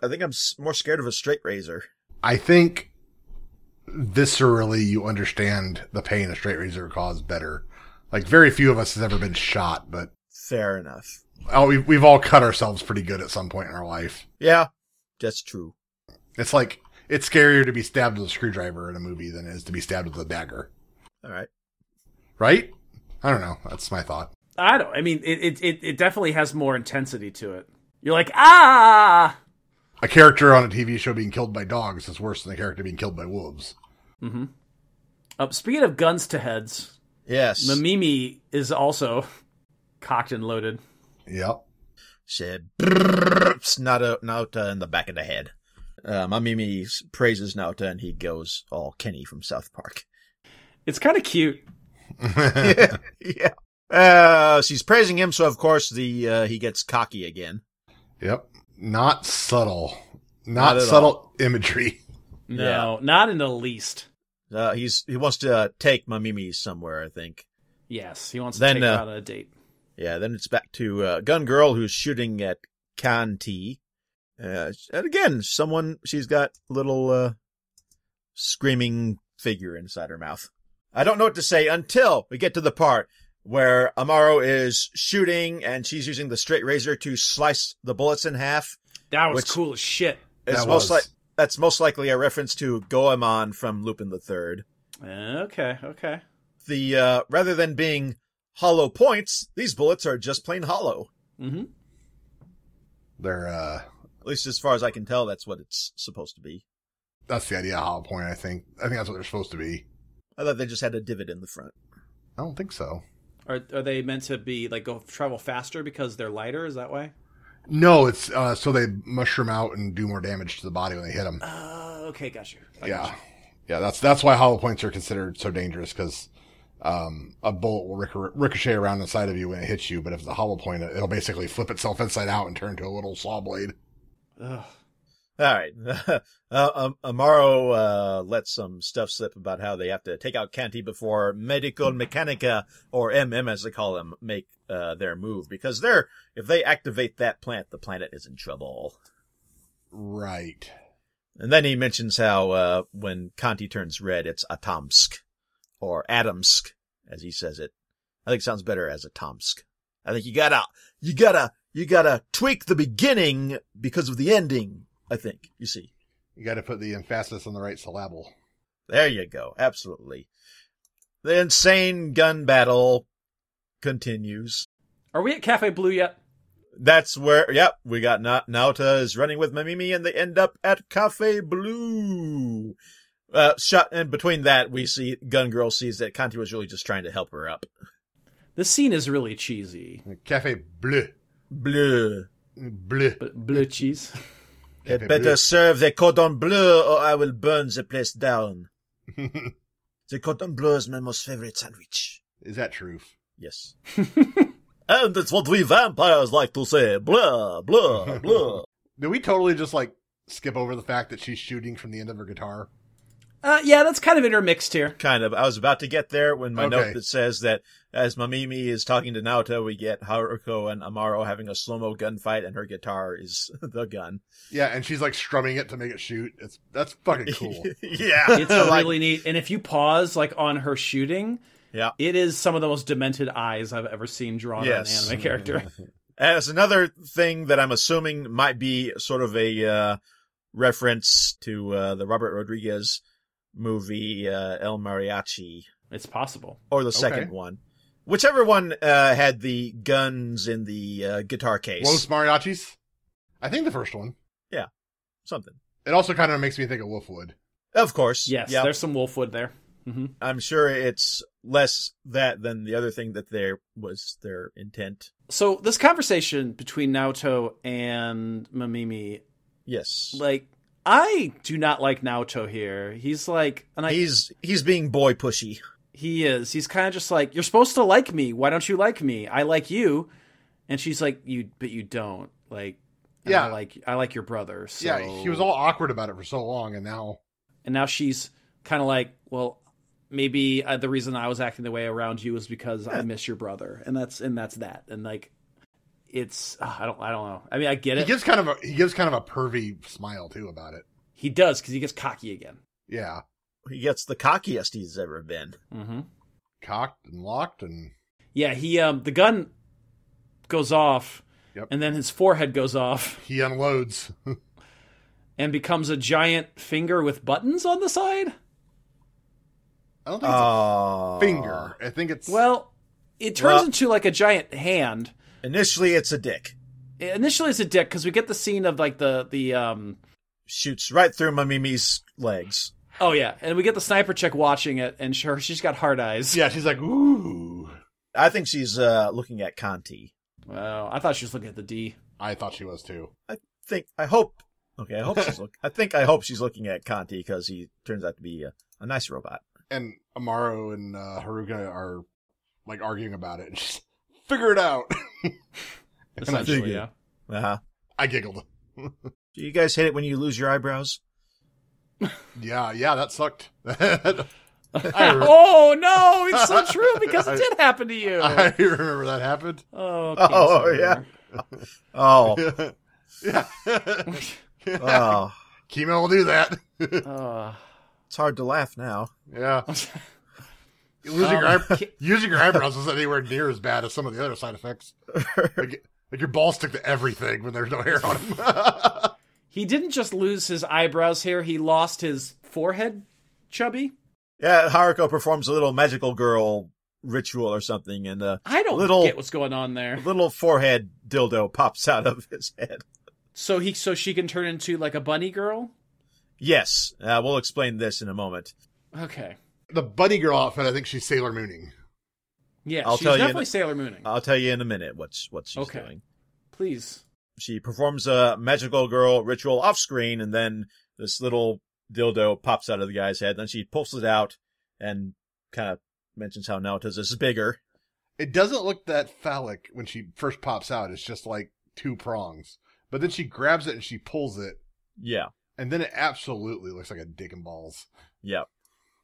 I think I'm s- more scared of a straight razor.
I think viscerally you understand the pain a straight razor cause better. Like very few of us has ever been shot, but
Fair enough.
oh, we've we've all cut ourselves pretty good at some point in our life.
Yeah, that's true.
It's like it's scarier to be stabbed with a screwdriver in a movie than it is to be stabbed with a dagger,
All right.
right? I don't know. That's my thought.
I don't. I mean, it, it it it definitely has more intensity to it. You're like ah.
A character on a TV show being killed by dogs is worse than a character being killed by wolves.
Uh, speaking of guns to heads,
Yes.
Mamimi is also cocked and loaded.
Yep.
said "Brrrr, Nauta, Nauta in the back of the head. Uh, my Mimi s- praises Nauta and he goes all Kenny from South Park.
It's kind of cute.
yeah. Uh, she's praising him, so of course the uh, he gets cocky again.
Yep. Not subtle. Not,
Not at
subtle imagery.
No, not in the least.
Uh, he's he wants to uh, take my Mimi somewhere, I think.
Yes, he wants to
Then,
take her
uh,
out on a date.
Yeah, then it's back to uh, Gun Girl who's shooting at Conti. Uh, and again, someone she's got little uh, screaming figure inside her mouth. I don't know what to say until we get to the part where Amaro is shooting and she's using the straight razor to slice the bullets in half.
That was
which-
cool as shit.
It's
That
most
was.
like that's most likely a reference to Goemon from Lupin the Third.
Okay, okay.
The uh, rather than being hollow points, these bullets are just plain hollow.
hmm
They're uh
At least as far as I can tell, that's what it's supposed to be.
That's the idea of hollow point. I think. I think that's what they're supposed to be.
I thought they just had a divot in the front.
I don't think so.
Are are they meant to be like go travel faster because they're lighter? Is that why?
No, it's uh, so they mushroom out and do more damage to the body when they hit them.
Uh, okay, gotcha. I
yeah,
gotcha.
yeah. That's that's why hollow points are considered so dangerous because um, a bullet will rico- ricochet around inside of you when it hits you, but if it's a hollow point, it'll basically flip itself inside out and turn to a little saw blade.
Ugh.
All right. uh, um, Amaro uh, let some stuff slip about how they have to take out Canty before Medical Mechanica, or MM as they call them, make uh, their move because they're if they activate that plant, the planet is in trouble.
Right.
And then he mentions how uh, when Conti turns red, it's Atomsk, or Atomsk, as he says it. I think it sounds better as Atomsk. I think you gotta, you gotta, you gotta tweak the beginning because of the ending. I think you see.
You got to put the emphasis on the right syllable.
There you go. Absolutely. The insane gun battle continues.
Are we at Cafe Blue yet?
That's where, yep, we got Na- Nauta is running with Mamimi and they end up at Cafe Blue. Uh, shot, and between that, we see Gun Girl sees that Conti was really just trying to help her up.
This scene is really cheesy,
Cafe bleu,
Bleu.
bleu.
but blue cheese.
It
Cafe
better serve the cordon bleu or I will burn the place down.
bleu.
The cordon bleu is my most favorite sandwich.
Is that truth?
Yes. and it's what we vampires like to say. Blah, blah, blah.
Did we totally just like skip over the fact that she's shooting from the end of her guitar?
Uh, yeah, that's kind of intermixed here.
kind of. I was about to get there when my
Okay.
note that says that as Mamimi is talking to Naoto, we get Haruko and Amaro having a slow mo gunfight, and her guitar is the gun.
Yeah, and she's like strumming it to make it shoot. It's that's fucking cool.
yeah,
It's
like,
really neat. And if you pause like on her shooting,
yeah.
it is some of the most demented eyes I've ever seen drawn
Yes.
on an anime character.
And it's another thing that I'm assuming might be sort of a uh, reference to uh, the Robert Rodriguez movie uh, El Mariachi
it's possible.
or the second
Okay.
one. Whichever one uh, had the guns in the uh, guitar case,
Los Mariachis. I think the first one.
something.
It also kind of makes me think of Wolfwood.
Of course,
Yes,
yeah.
there's some Wolfwood there. hmm
I'm sure it's less that than the other thing that there was their intent.
So this conversation between Naoto and Mamimi,
Yes.
like I do not like Naoto here. He's like, and I,
he's he's being boy pushy.
he is. He's kind of just like, you're supposed to like me. Why don't you like me? I like you, and she's like, you, but you don't. Like, and
Yeah.
I like I like your brother. So.
Yeah, he was all awkward about it for so long, and now
and now she's kind of like, well, maybe uh, the reason I was acting the way around you is because I miss your brother, and that's and that's that, and like, it's ah, I don't I don't know. I mean, I get
he
it.
gives kind of a he gives kind of a pervy smile too about it.
he does because he gets cocky again.
Yeah,
He gets the cockiest he's ever been.
Mm-hmm.
cocked and locked and
Yeah, he um the gun goes off,
Yep.
and then his forehead goes off
he unloads.
and becomes a giant finger with buttons on the side.
I don't think it's
Oh.
a finger. I think it's
Well, it turns
Well-
into like a giant hand.
Initially, it's a dick.
Initially, it's a dick because we get the scene of like the the um
Shoots right through Mamimi's legs.
Oh yeah, and we get the sniper chick watching it, and sure, she's got hard eyes.
yeah. She's like ooh.
I think she's uh, looking at Conti.
Well, I thought she was looking at the D.
I thought she was too.
I think. I hope. Okay, I hope she's look. I think I hope she's looking at Conti because he turns out to be a, a nice robot.
And Amaro and uh, Haruka are like arguing about it. And she's figure it out. I
Essentially,
dig it.
yeah.
Uh huh.
I giggled.
Do you guys hate it when you lose your eyebrows?
Yeah, yeah, that sucked. I, re-
oh no, it's so true because it did happen to you.
I remember that happened.
Oh,
Oh,
cancer.
Oh,
yeah.
oh,
Chemo will do that.
Oh.
it's hard to laugh now.
yeah. Losing, your
Um,
eye- losing your eyebrows isn't anywhere near as bad as some of the other side effects. Like, like your balls stick to everything when there's no hair on them.
He didn't just lose his eyebrows here; he lost his forehead, chubby.
Yeah, Haruko performs a little magical girl ritual or something, and a
I don't
Little-
get what's going on there.
little forehead dildo pops out of his head.
So he, so she can turn into like a bunny girl.
Yes, uh, we'll explain this in a moment.
Okay.
The bunny girl outfit, I think she's Sailor Mooning.
Yeah,
I'll
she's
tell you
definitely
in- Uh,
Sailor Mooning.
I'll tell you in a minute what's what she's
Okay.
doing.
Please.
She performs a magical girl ritual off screen, and then this little dildo pops out of the guy's head. Then she pulls it out and kind of mentions how now it is is bigger.
It doesn't look that phallic when she first pops out. It's just like two prongs. But then she grabs it and she pulls it,
Yeah,
and then it absolutely looks like a dick and balls.
yeah.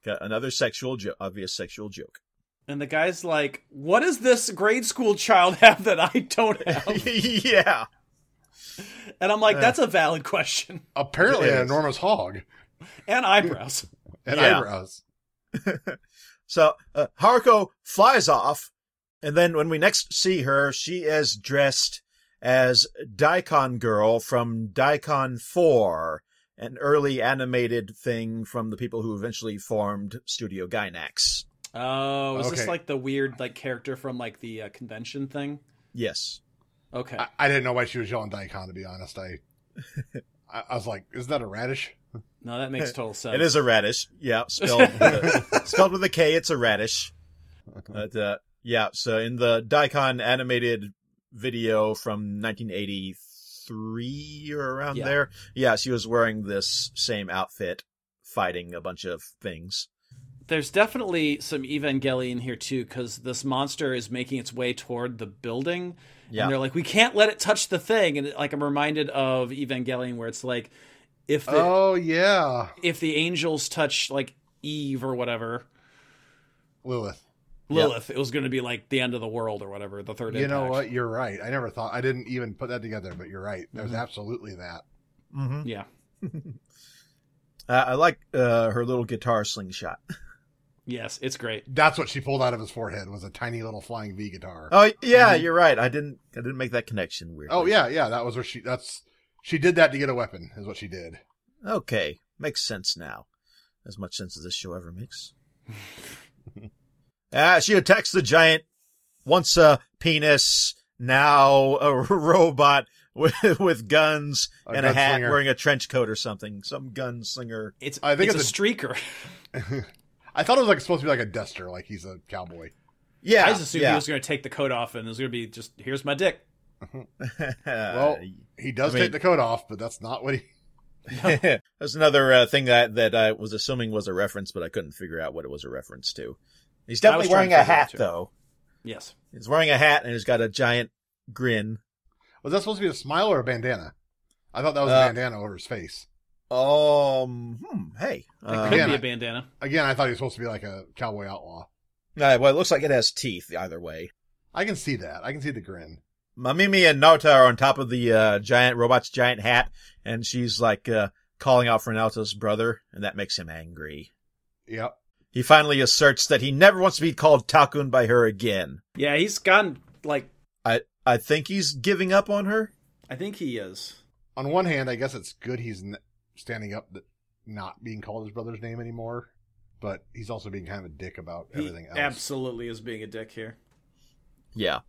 Got Another sexual, jo- obvious sexual joke.
And the guy's like, "What does this grade school child have that I don't have?"
yeah.
and I'm like, "That's a valid question."
Apparently,
It
an
is.
enormous hog
And eyebrows.
and
Yeah.
eyebrows.
So uh, Haruko flies off, and then when we next see her, she is dressed as Daikon Girl from Daikon 4, an early animated thing from the people who eventually formed Studio Gainax.
Oh, is this
Okay.
like the weird like character from like the uh, convention thing?
Yes.
Okay.
I, I didn't know why she was yelling daikon. To be honest, I, I, I was like, "Is that a radish?"
no, that makes total sense.
It is a radish. Yeah, spelled with a, spelled with a K. It's a radish. But uh, yeah, so in the Daikon animated video from 1983 or around
Yeah.
there, yeah, she was wearing this same outfit, fighting a bunch of things.
There's definitely some Evangelion here too, because this monster is making its way toward the building.
Yeah.
And they're like, we can't let it touch the thing. And like, I'm reminded of Evangelion where it's like, if the
oh yeah,
if the angels touch like Eve or whatever,
Lilith.
Lilith, it was going to be like the end of the world or whatever. The third.
You know
impact.
what? You're right. I never thought. I didn't even put that together, but you're right. There's absolutely that.
Mm-hmm.
Yeah.
Uh, I like uh, her little guitar slingshot.
Yes, it's great.
That's what she pulled out of his forehead was a tiny little flying V guitar.
Oh yeah, you're right. I didn't. I didn't make that connection. Weird.
Mm-hmm. Oh yeah, yeah. That was where she. That's she did that to get a weapon. Is what she did.
Okay, makes sense now. As much sense as this show ever makes. Ah, she attacks the giant. Once a penis, now a robot with, with guns
A
and a hat,
gunslinger.
wearing a trench coat or something. Some gunslinger.
It's
I think
it's,
it's
a streaker.
I thought it was like supposed to be like a duster, like he's a cowboy.
Yeah,
I just assumed
yeah.
he was going to take the coat off and it was going to be just here's my dick.
Well, he does
I mean-
take the coat off, but that's not what he.
There's another uh, thing that, that I was assuming was a reference, but I couldn't figure out what it was a reference to. He's
I was
definitely
trying
wearing
to
a
figure it out
hat,
too.
though.
Yes,
He's wearing a hat and he's got a giant grin.
Was that supposed to be a smile or a bandana? I thought that was
Uh,
a bandana over his face.
Um, hmm, hey.
it
Uh,
could
again,
be a
I-
bandana.
Again, I thought he was supposed to be like a cowboy outlaw.
no, well, it looks like it has teeth either way.
I can see that. I can see the grin.
Mamimi and Nauta are on top of the uh, giant robot's giant hat, and she's like uh, calling out for Nauta's brother, and that makes him angry.
Yep.
He finally asserts that he never wants to be called Takun by her again.
Yeah, he's gone. Like
I I think he's giving up on her.
I think he is.
On one hand, I guess it's good he's n- standing up, that not being called his brother's name anymore, but he's also being kind of a dick about
He
everything else.
absolutely is being a dick here,
Yeah,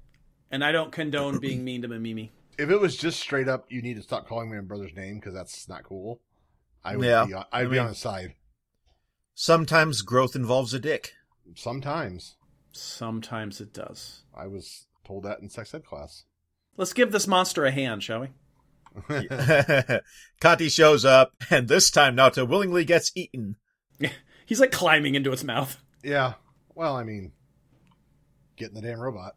and I don't condone being mean to Mimi.
if it was just straight up, you need to stop calling me my brother's name because that's not cool. I would
Yeah.
be on, I'd
I
be on
mean-
his side.
sometimes growth involves a dick.
Sometimes
Sometimes it does.
I was told that in sex ed class.
Let's give this monster a hand, shall we?
Conti shows up, and this time Nauta willingly gets eaten.
He's like climbing into its mouth.
Yeah. Well, I mean, getting the damn robot.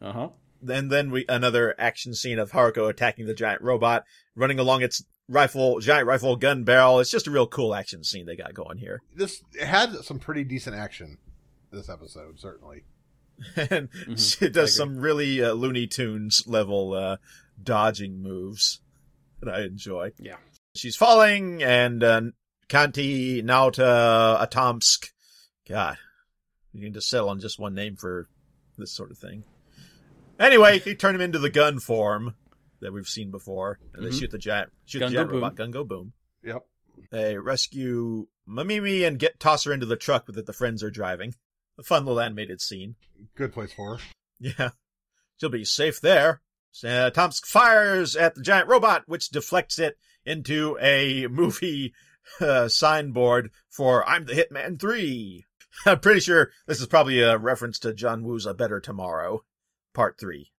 Uh huh.
And then we another action scene of Haruko attacking the giant robot, running along its rifle, giant rifle gun barrel. It's just a real cool action scene they got going here.
This it had some pretty decent action. This episode certainly.
and
Mm-hmm.
she does some really uh, Looney Tunes level uh, dodging moves that I enjoy.
Yeah.
She's falling, and uh, Kanti, Nauta, Atomsk. God, you need to settle on just one name for this sort of thing. Anyway, they turn him into the gun form that we've seen before, and they
Mhm.
shoot the giant, shoot
Gun
the
go
giant
boom.
robot, gun go boom.
Yep.
They rescue Mamimi and get toss her into the truck that the friends are driving. A fun little animated scene.
Good place for her.
Yeah. She'll be safe there. Uh, Tomsk fires at the giant robot, which deflects it into a movie uh, signboard for I'm the Hitman 3. I'm pretty sure this is probably a reference to John Woo's A Better Tomorrow, part 3.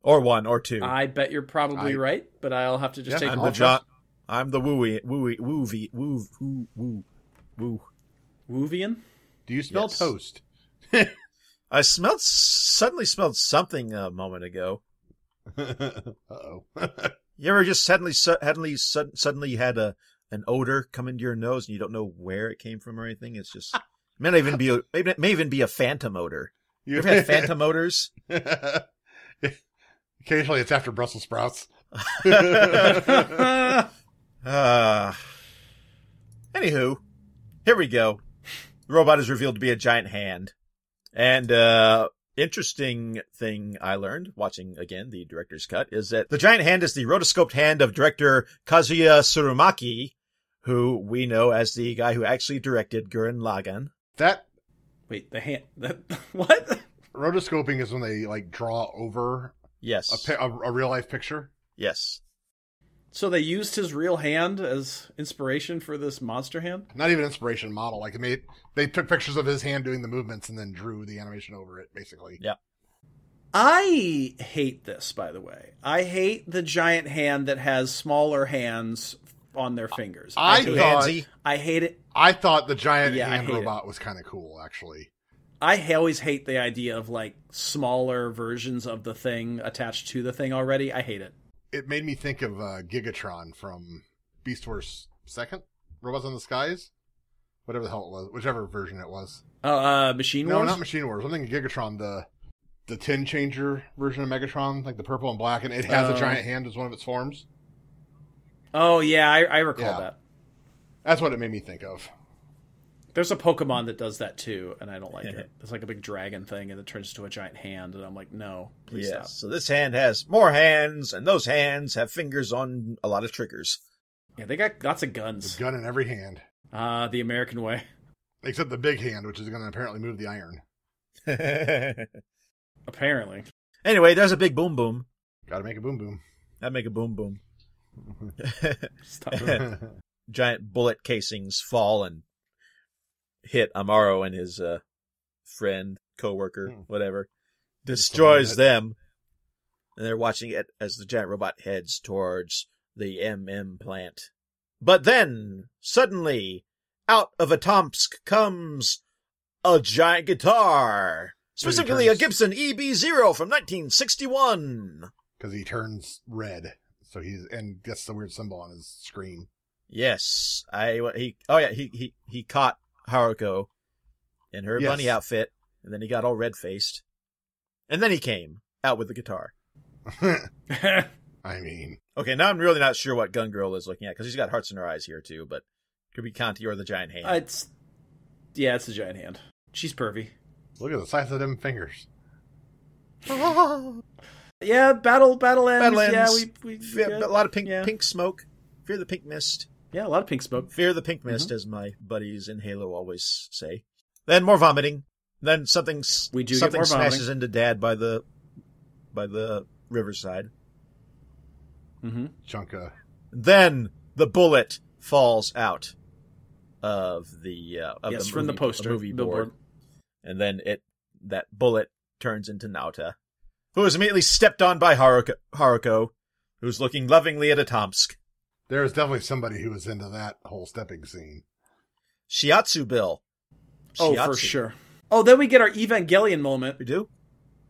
Or 1 or 2.
I bet you're probably
I-
right, but I'll have to just
Yeah,
take
I'm
all
the
trust-
John. I'm the wooey, wooey, woovy, woo, woo, woo, woo.
Wuvian.
Do you smell
Yes.
toast?
I smelled suddenly smelled something a moment ago.
uh oh.
You ever just suddenly, su- suddenly, sud- suddenly had a an odor come into your nose and you don't know where it came from or anything? It's just may not even be a, may, may even be a phantom odor. You ever had phantom odors?
Occasionally, it's after Brussels sprouts.
Uh, anywho, here we go. The robot is revealed to be a giant hand. And uh interesting thing I learned watching again the director's cut is that the giant hand is the rotoscoped hand of director Kazuya Surumaki, who we know as the guy who actually directed Gurren Lagann.
that
Wait, the hand. The, what?
rotoscoping is when they like draw over a,
Yes.
pi- a, a real life picture.
yes.
So they used his real hand as inspiration for this monster hand.
Not even inspiration model. Like they made, they took pictures of his hand doing the movements and then drew the animation over it. Basically,
Yeah.
I hate this, by the way. I hate the giant hand that has smaller hands on their fingers.
I
do.
thought-
Handsy.
I hate it.
I thought the giant
Yeah, I
hand
hate it.
robot was kind of cool. Actually,
I ha- always hate the idea of like smaller versions of the thing attached to the thing already. I hate it.
it made me think of uh, Gigatron from Beast Wars Second, Robots in the Skies, whatever the hell it was, whichever version it was.
Oh, uh, Machine
No,
Wars.
not Machine Wars. I'm thinking Gigatron, the the tin changer version of Megatron, like the purple and black, and it has
Oh.
a giant hand as one of its forms.
oh yeah, I, I recall
Yeah.
that.
That's what it made me think of.
There's a Pokemon that does that too, and I don't like it. It's like a big dragon thing, and it turns into a giant hand, and I'm like, no, please
Yes. So this hand has more hands and those hands have fingers on a lot of triggers.
stop. Yeah, they got lots of guns.
Gun in every hand,
Uh, the American way.
except the big hand, which is going to apparently move the iron.
anyway,
Apparently,
there's a big boom boom.
Got to make a boom boom.
That make a boom boom.
Stop.
Giant bullet casings fall and hit Amaro and his uh, friend, coworker,
Hmm.
whatever. Destroys
that-
them, and they're watching it as the giant robot heads towards the MM plant. But then, suddenly, out of a Tomsk comes a giant guitar, specifically a
turns-
Gibson EB0 from 1961.
Because he turns red, so he's and gets the weird symbol on his screen.
Yes, I he oh yeah he he he caught Haruko in her
Yes.
bunny outfit, and then he got all red faced, and then he came out with the guitar.
I mean,
Okay, now I'm really not sure what Gun Girl is looking at because she's got hearts in her eyes here too, but could be Conti or the giant hand.
Uh, it's yeah, it's a giant hand. She's pervy.
look at the size of them fingers.
Yeah, battle battle ends.
Battle
Yeah,
ends.
we, we
Fear-
yeah.
a lot of pink
Yeah.
pink smoke. Fear the pink mist.
yeah, a lot of pink smoke.
Fear the pink
Mm-hmm.
mist, as my buddies in Halo always say. Then more vomiting. Then something s-
We do get
something
more vomiting.
smashes into Dad by the by the riverside.
Mm-hmm.
Chunka.
Then the bullet falls out of the uh, of
Yes,
the
from the
movie-
poster,
movie
billboard.
board, and then it that bullet turns into Nauta, who is immediately stepped on by Haruko, Haruko who's looking lovingly at a Tomsk.
There is definitely somebody who was into that whole stepping scene.
Shiatsu Bill.
Oh, for
Shiatsu.
sure. Oh, then we get our Evangelion moment.
We do.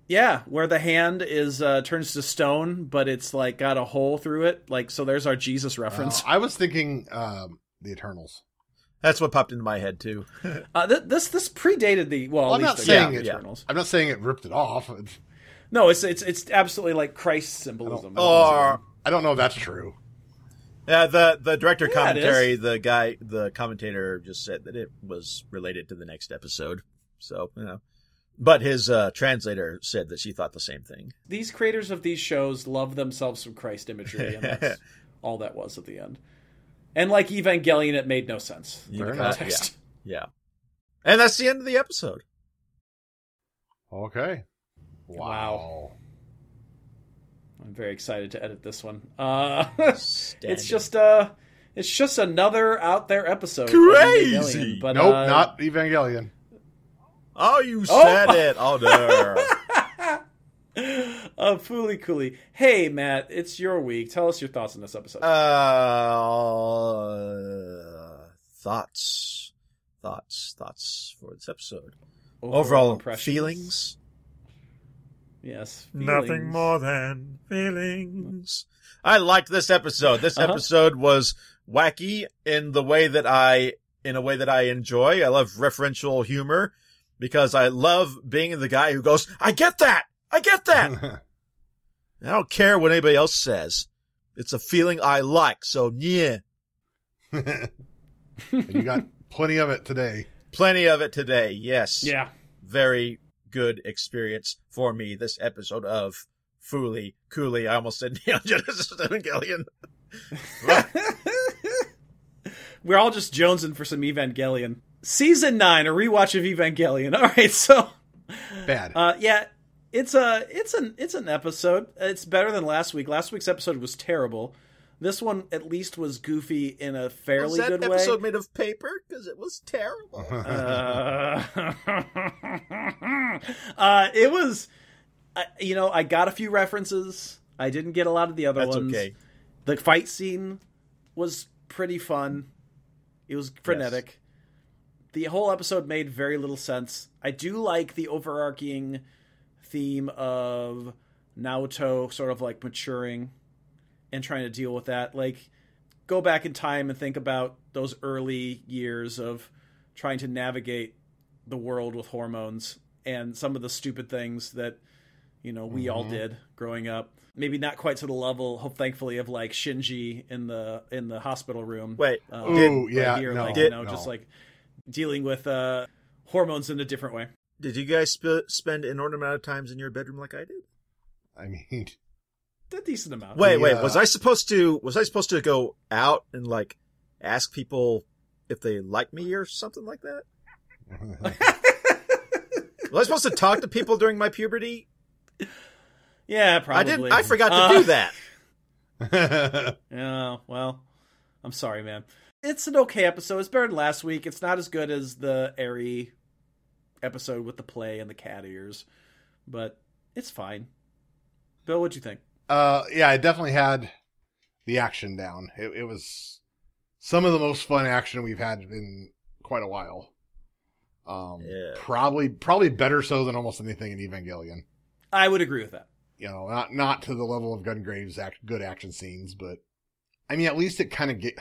Yeah, where the hand is uh, turns to stone, but it's like got a hole through it. Like so, there's our Jesus reference.
Uh, I was thinking um, the Eternals.
That's what popped into my head too.
Uh, th- this this predated the well.
Well, I'm
at least
not
the
saying
yeah,
it-
Eternals.
I'm not saying it ripped it off. It's-
No, it's it's it's absolutely like Christ symbolism.
Or
I don't know if that's true.
uh, the the director
Yeah, it
commentary, the guy, the commentator just said that it was related to the next episode. So you know, but his uh, translator said that she thought the same thing.
these creators of these shows love themselves some Christ imagery, and that's all that was at the end. And like Evangelion, it made no sense. in
Fair
the
enough.
context.
Yeah. And that's the end of the episode.
Okay.
Wow. I'm very excited to edit this one. Uh, it's
Standard.
just uh, it's just another out there episode. of
Crazy!
Evangelion, but,
Nope,
uh,
not Evangelion.
Oh, you said
my-
it. Oh, no.
Uh, Fooly Cooly. Hey, Matt, it's your week. Tell us your thoughts on this episode.
uh, thoughts, thoughts, thoughts for this episode. Overall,
impressions.
feelings.
Yes.
Nothing
feelings.
more than feelings. I liked this episode. This
Uh-huh.
episode was wacky in the way that I, in a way that I enjoy. I love referential humor because I love being the guy who goes, I get that. I get that. I don't care what anybody else says. It's a feeling I like. So yeah,
And you got plenty of it today.
plenty of it today. Yes.
Yeah.
Very good experience for me. This episode of Fooly Cooley. I almost said Neon Genesis Evangelion.
We're all just jonesing for some Evangelion. Season 9, a rewatch of Evangelion. All right, so
Bad.
uh yeah, it's a it's an it's an episode. It's better than last week. Last week's episode was terrible. This one at least was goofy in a fairly
Was that
good
episode
way.
made of paper? Because it was terrible.
Uh, uh, it was I you know, I got a few references. I didn't get a lot of the other
That's
ones.
okay.
The fight scene was pretty fun. It was frenetic. The whole episode made very little sense. I do like the overarching theme of Naoto sort of like maturing and trying to deal with that. Like, go back in time and think about those early years of trying to navigate the world with hormones and some of the stupid things that you know we all did growing up maybe not quite to the level hope thankfully of like shinji in the in the hospital room
Wait,
uh,
Ooh,
but
did,
yeah.
here,
no,
like,
Did-
you know just like dealing with uh hormones in a different way
did you guys sp- spend an inordinate amount of times in your bedroom like I did?
I mean,
a decent amount
Wait, wait.
Yeah.
Was I supposed to? Was I supposed to go out and like ask people if they like me or something like that? Was I supposed to talk to people during my puberty?
yeah probably
I didn't. I forgot to do
Uh,
that.
Yeah, well, I'm sorry, man. It's an okay episode. It's better than last week. It's not as good as the airy episode with the play and the cat ears, but it's fine. Bill, what'd you think?
uh, yeah, I definitely had the action down. It, it was some of the most fun action we've had in quite a while. Um,
Yeah.
probably, probably better so than almost anything in Evangelion.
I would agree with that.
You know, not not to the level of Gungrave's act, good action scenes, but I mean, at least it kind of get.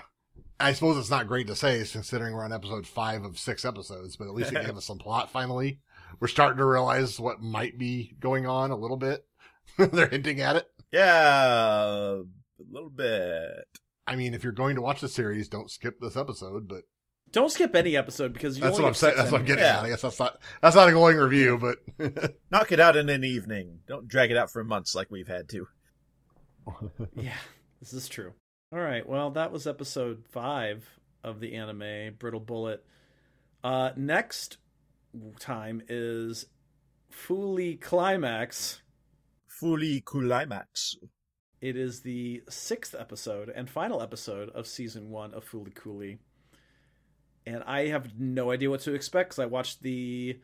I suppose it's not great to say, considering we're on episode five of six episodes, but at least it gave us some plot finally. We're starting to realize what might be going on a little bit. They're hinting at it.
Yeah, a little bit.
I mean, if you're going to watch the series, don't skip this episode. But
Don't skip any episode because you
that's
only
what I'm
get
saying.
six
That's what I'm
endings.
getting
Yeah.
at. I guess that's not that's not a glowing review, but
Knock it out in an evening. Don't drag it out for months like we've had to.
Yeah, this is true. All right, well, that was episode five of the anime Brittle Bullet. Uh, next time is Fully Climax.
Fully climax.
It is the sixth episode and final episode of season one of Fooly Cooly. And I have no idea what to expect because I watched the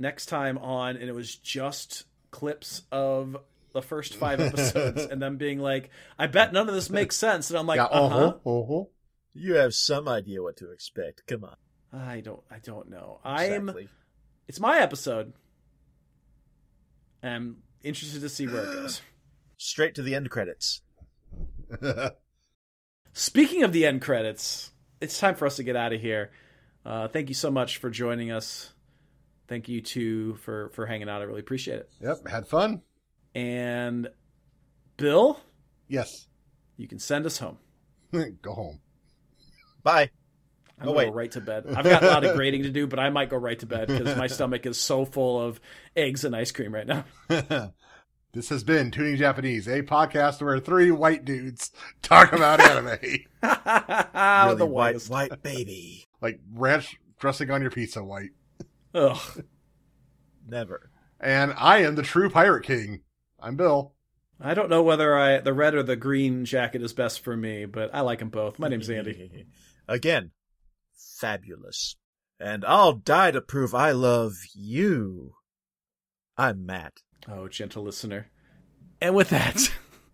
next time on and it was just clips of the first five episodes and them being like, I bet none of this makes sense. And I'm like,
yeah,
uh huh.
uh-huh, uh-huh.
You have some idea what to expect. Come on.
I don't I don't know. I'm
Exactly.
it's my episode. I'm interested to see where it goes.
straight to the end credits.
Uh-huh.
Speaking of the end credits, it's time for us to get out of here. Uh, thank you so much for joining us. Thank you too for for hanging out. I really appreciate it.
Yep, had fun.
And Bill,
Yes,
you can send us home.
go home.
Bye.
I'm
Oh,
gonna
wait.
go right to bed. I've got a lot of grading to do, but I might go right to bed because my stomach is so full of eggs and ice cream right now.
this has been Tuning Japanese, a podcast where three white dudes talk about anime,
the
Really white,
whitest.
white baby.
like ranch dressing on your pizza, white.
Ugh.
Never.
And I am the true pirate king. I'm Bill.
I don't know whether I the red or the green jacket is best for me, but I like them both. My name's Andy.
Again, fabulous. And I'll die to prove I love you. I'm Matt.
Oh, gentle listener. And with that,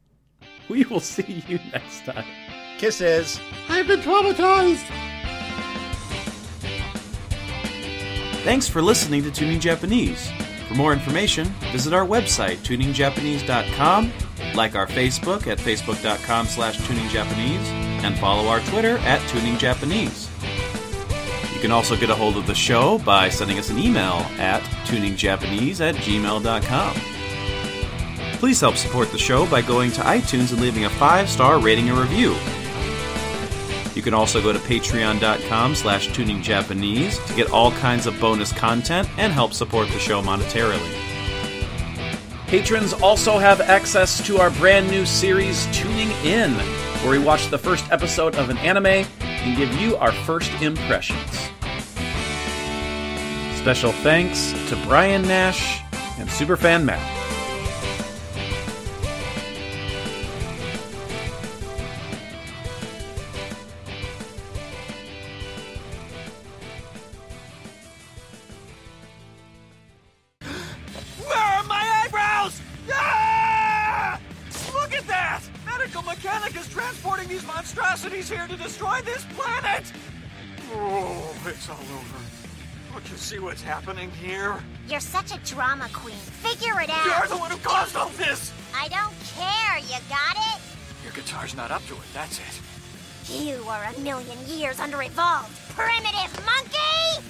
we will see you next time.
Kisses.
I've been traumatized.
Thanks for listening to Tuning Japanese. For more information, visit our website, tuningjapanese.com, like our Facebook at facebook.com slash tuningjapanese, and follow our Twitter at tuningjapanese. You can also get a hold of the show by sending us an email at tuningjapanese at gmail.com. Please help support the show by going to iTunes and leaving a five-star rating and review. You can also go to patreon.com slash tuningjapanese to get all kinds of bonus content and help support the show monetarily.
Patrons also have access to our brand new series, Tuning In, where we watch the first episode of an anime and give you our first impressions. Special thanks to Brian Nash and Superfan Matt.
Where are my eyebrows? Ah! Look at that! Medical Mechanic is transporting these monstrosities here to destroy this planet! Oh, it's all over. Don't you see what's happening here?
You're such a drama queen. Figure it
You're the
out.
one who caused all this!
I don't care. You got it?
Your guitar's not up to it, that's it.
You are a million years under-evolved, primitive monkey!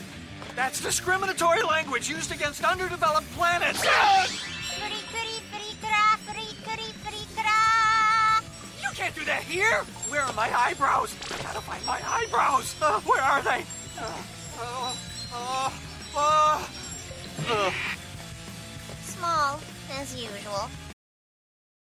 That's discriminatory language used against underdeveloped planets!
Fri-kri-fri-kra, fri-kri-fri-kra.
You can't do that here! Where are my eyebrows? I gotta find my eyebrows! Uh, where are they? Uh, uh, uh, uh.
Small, as usual.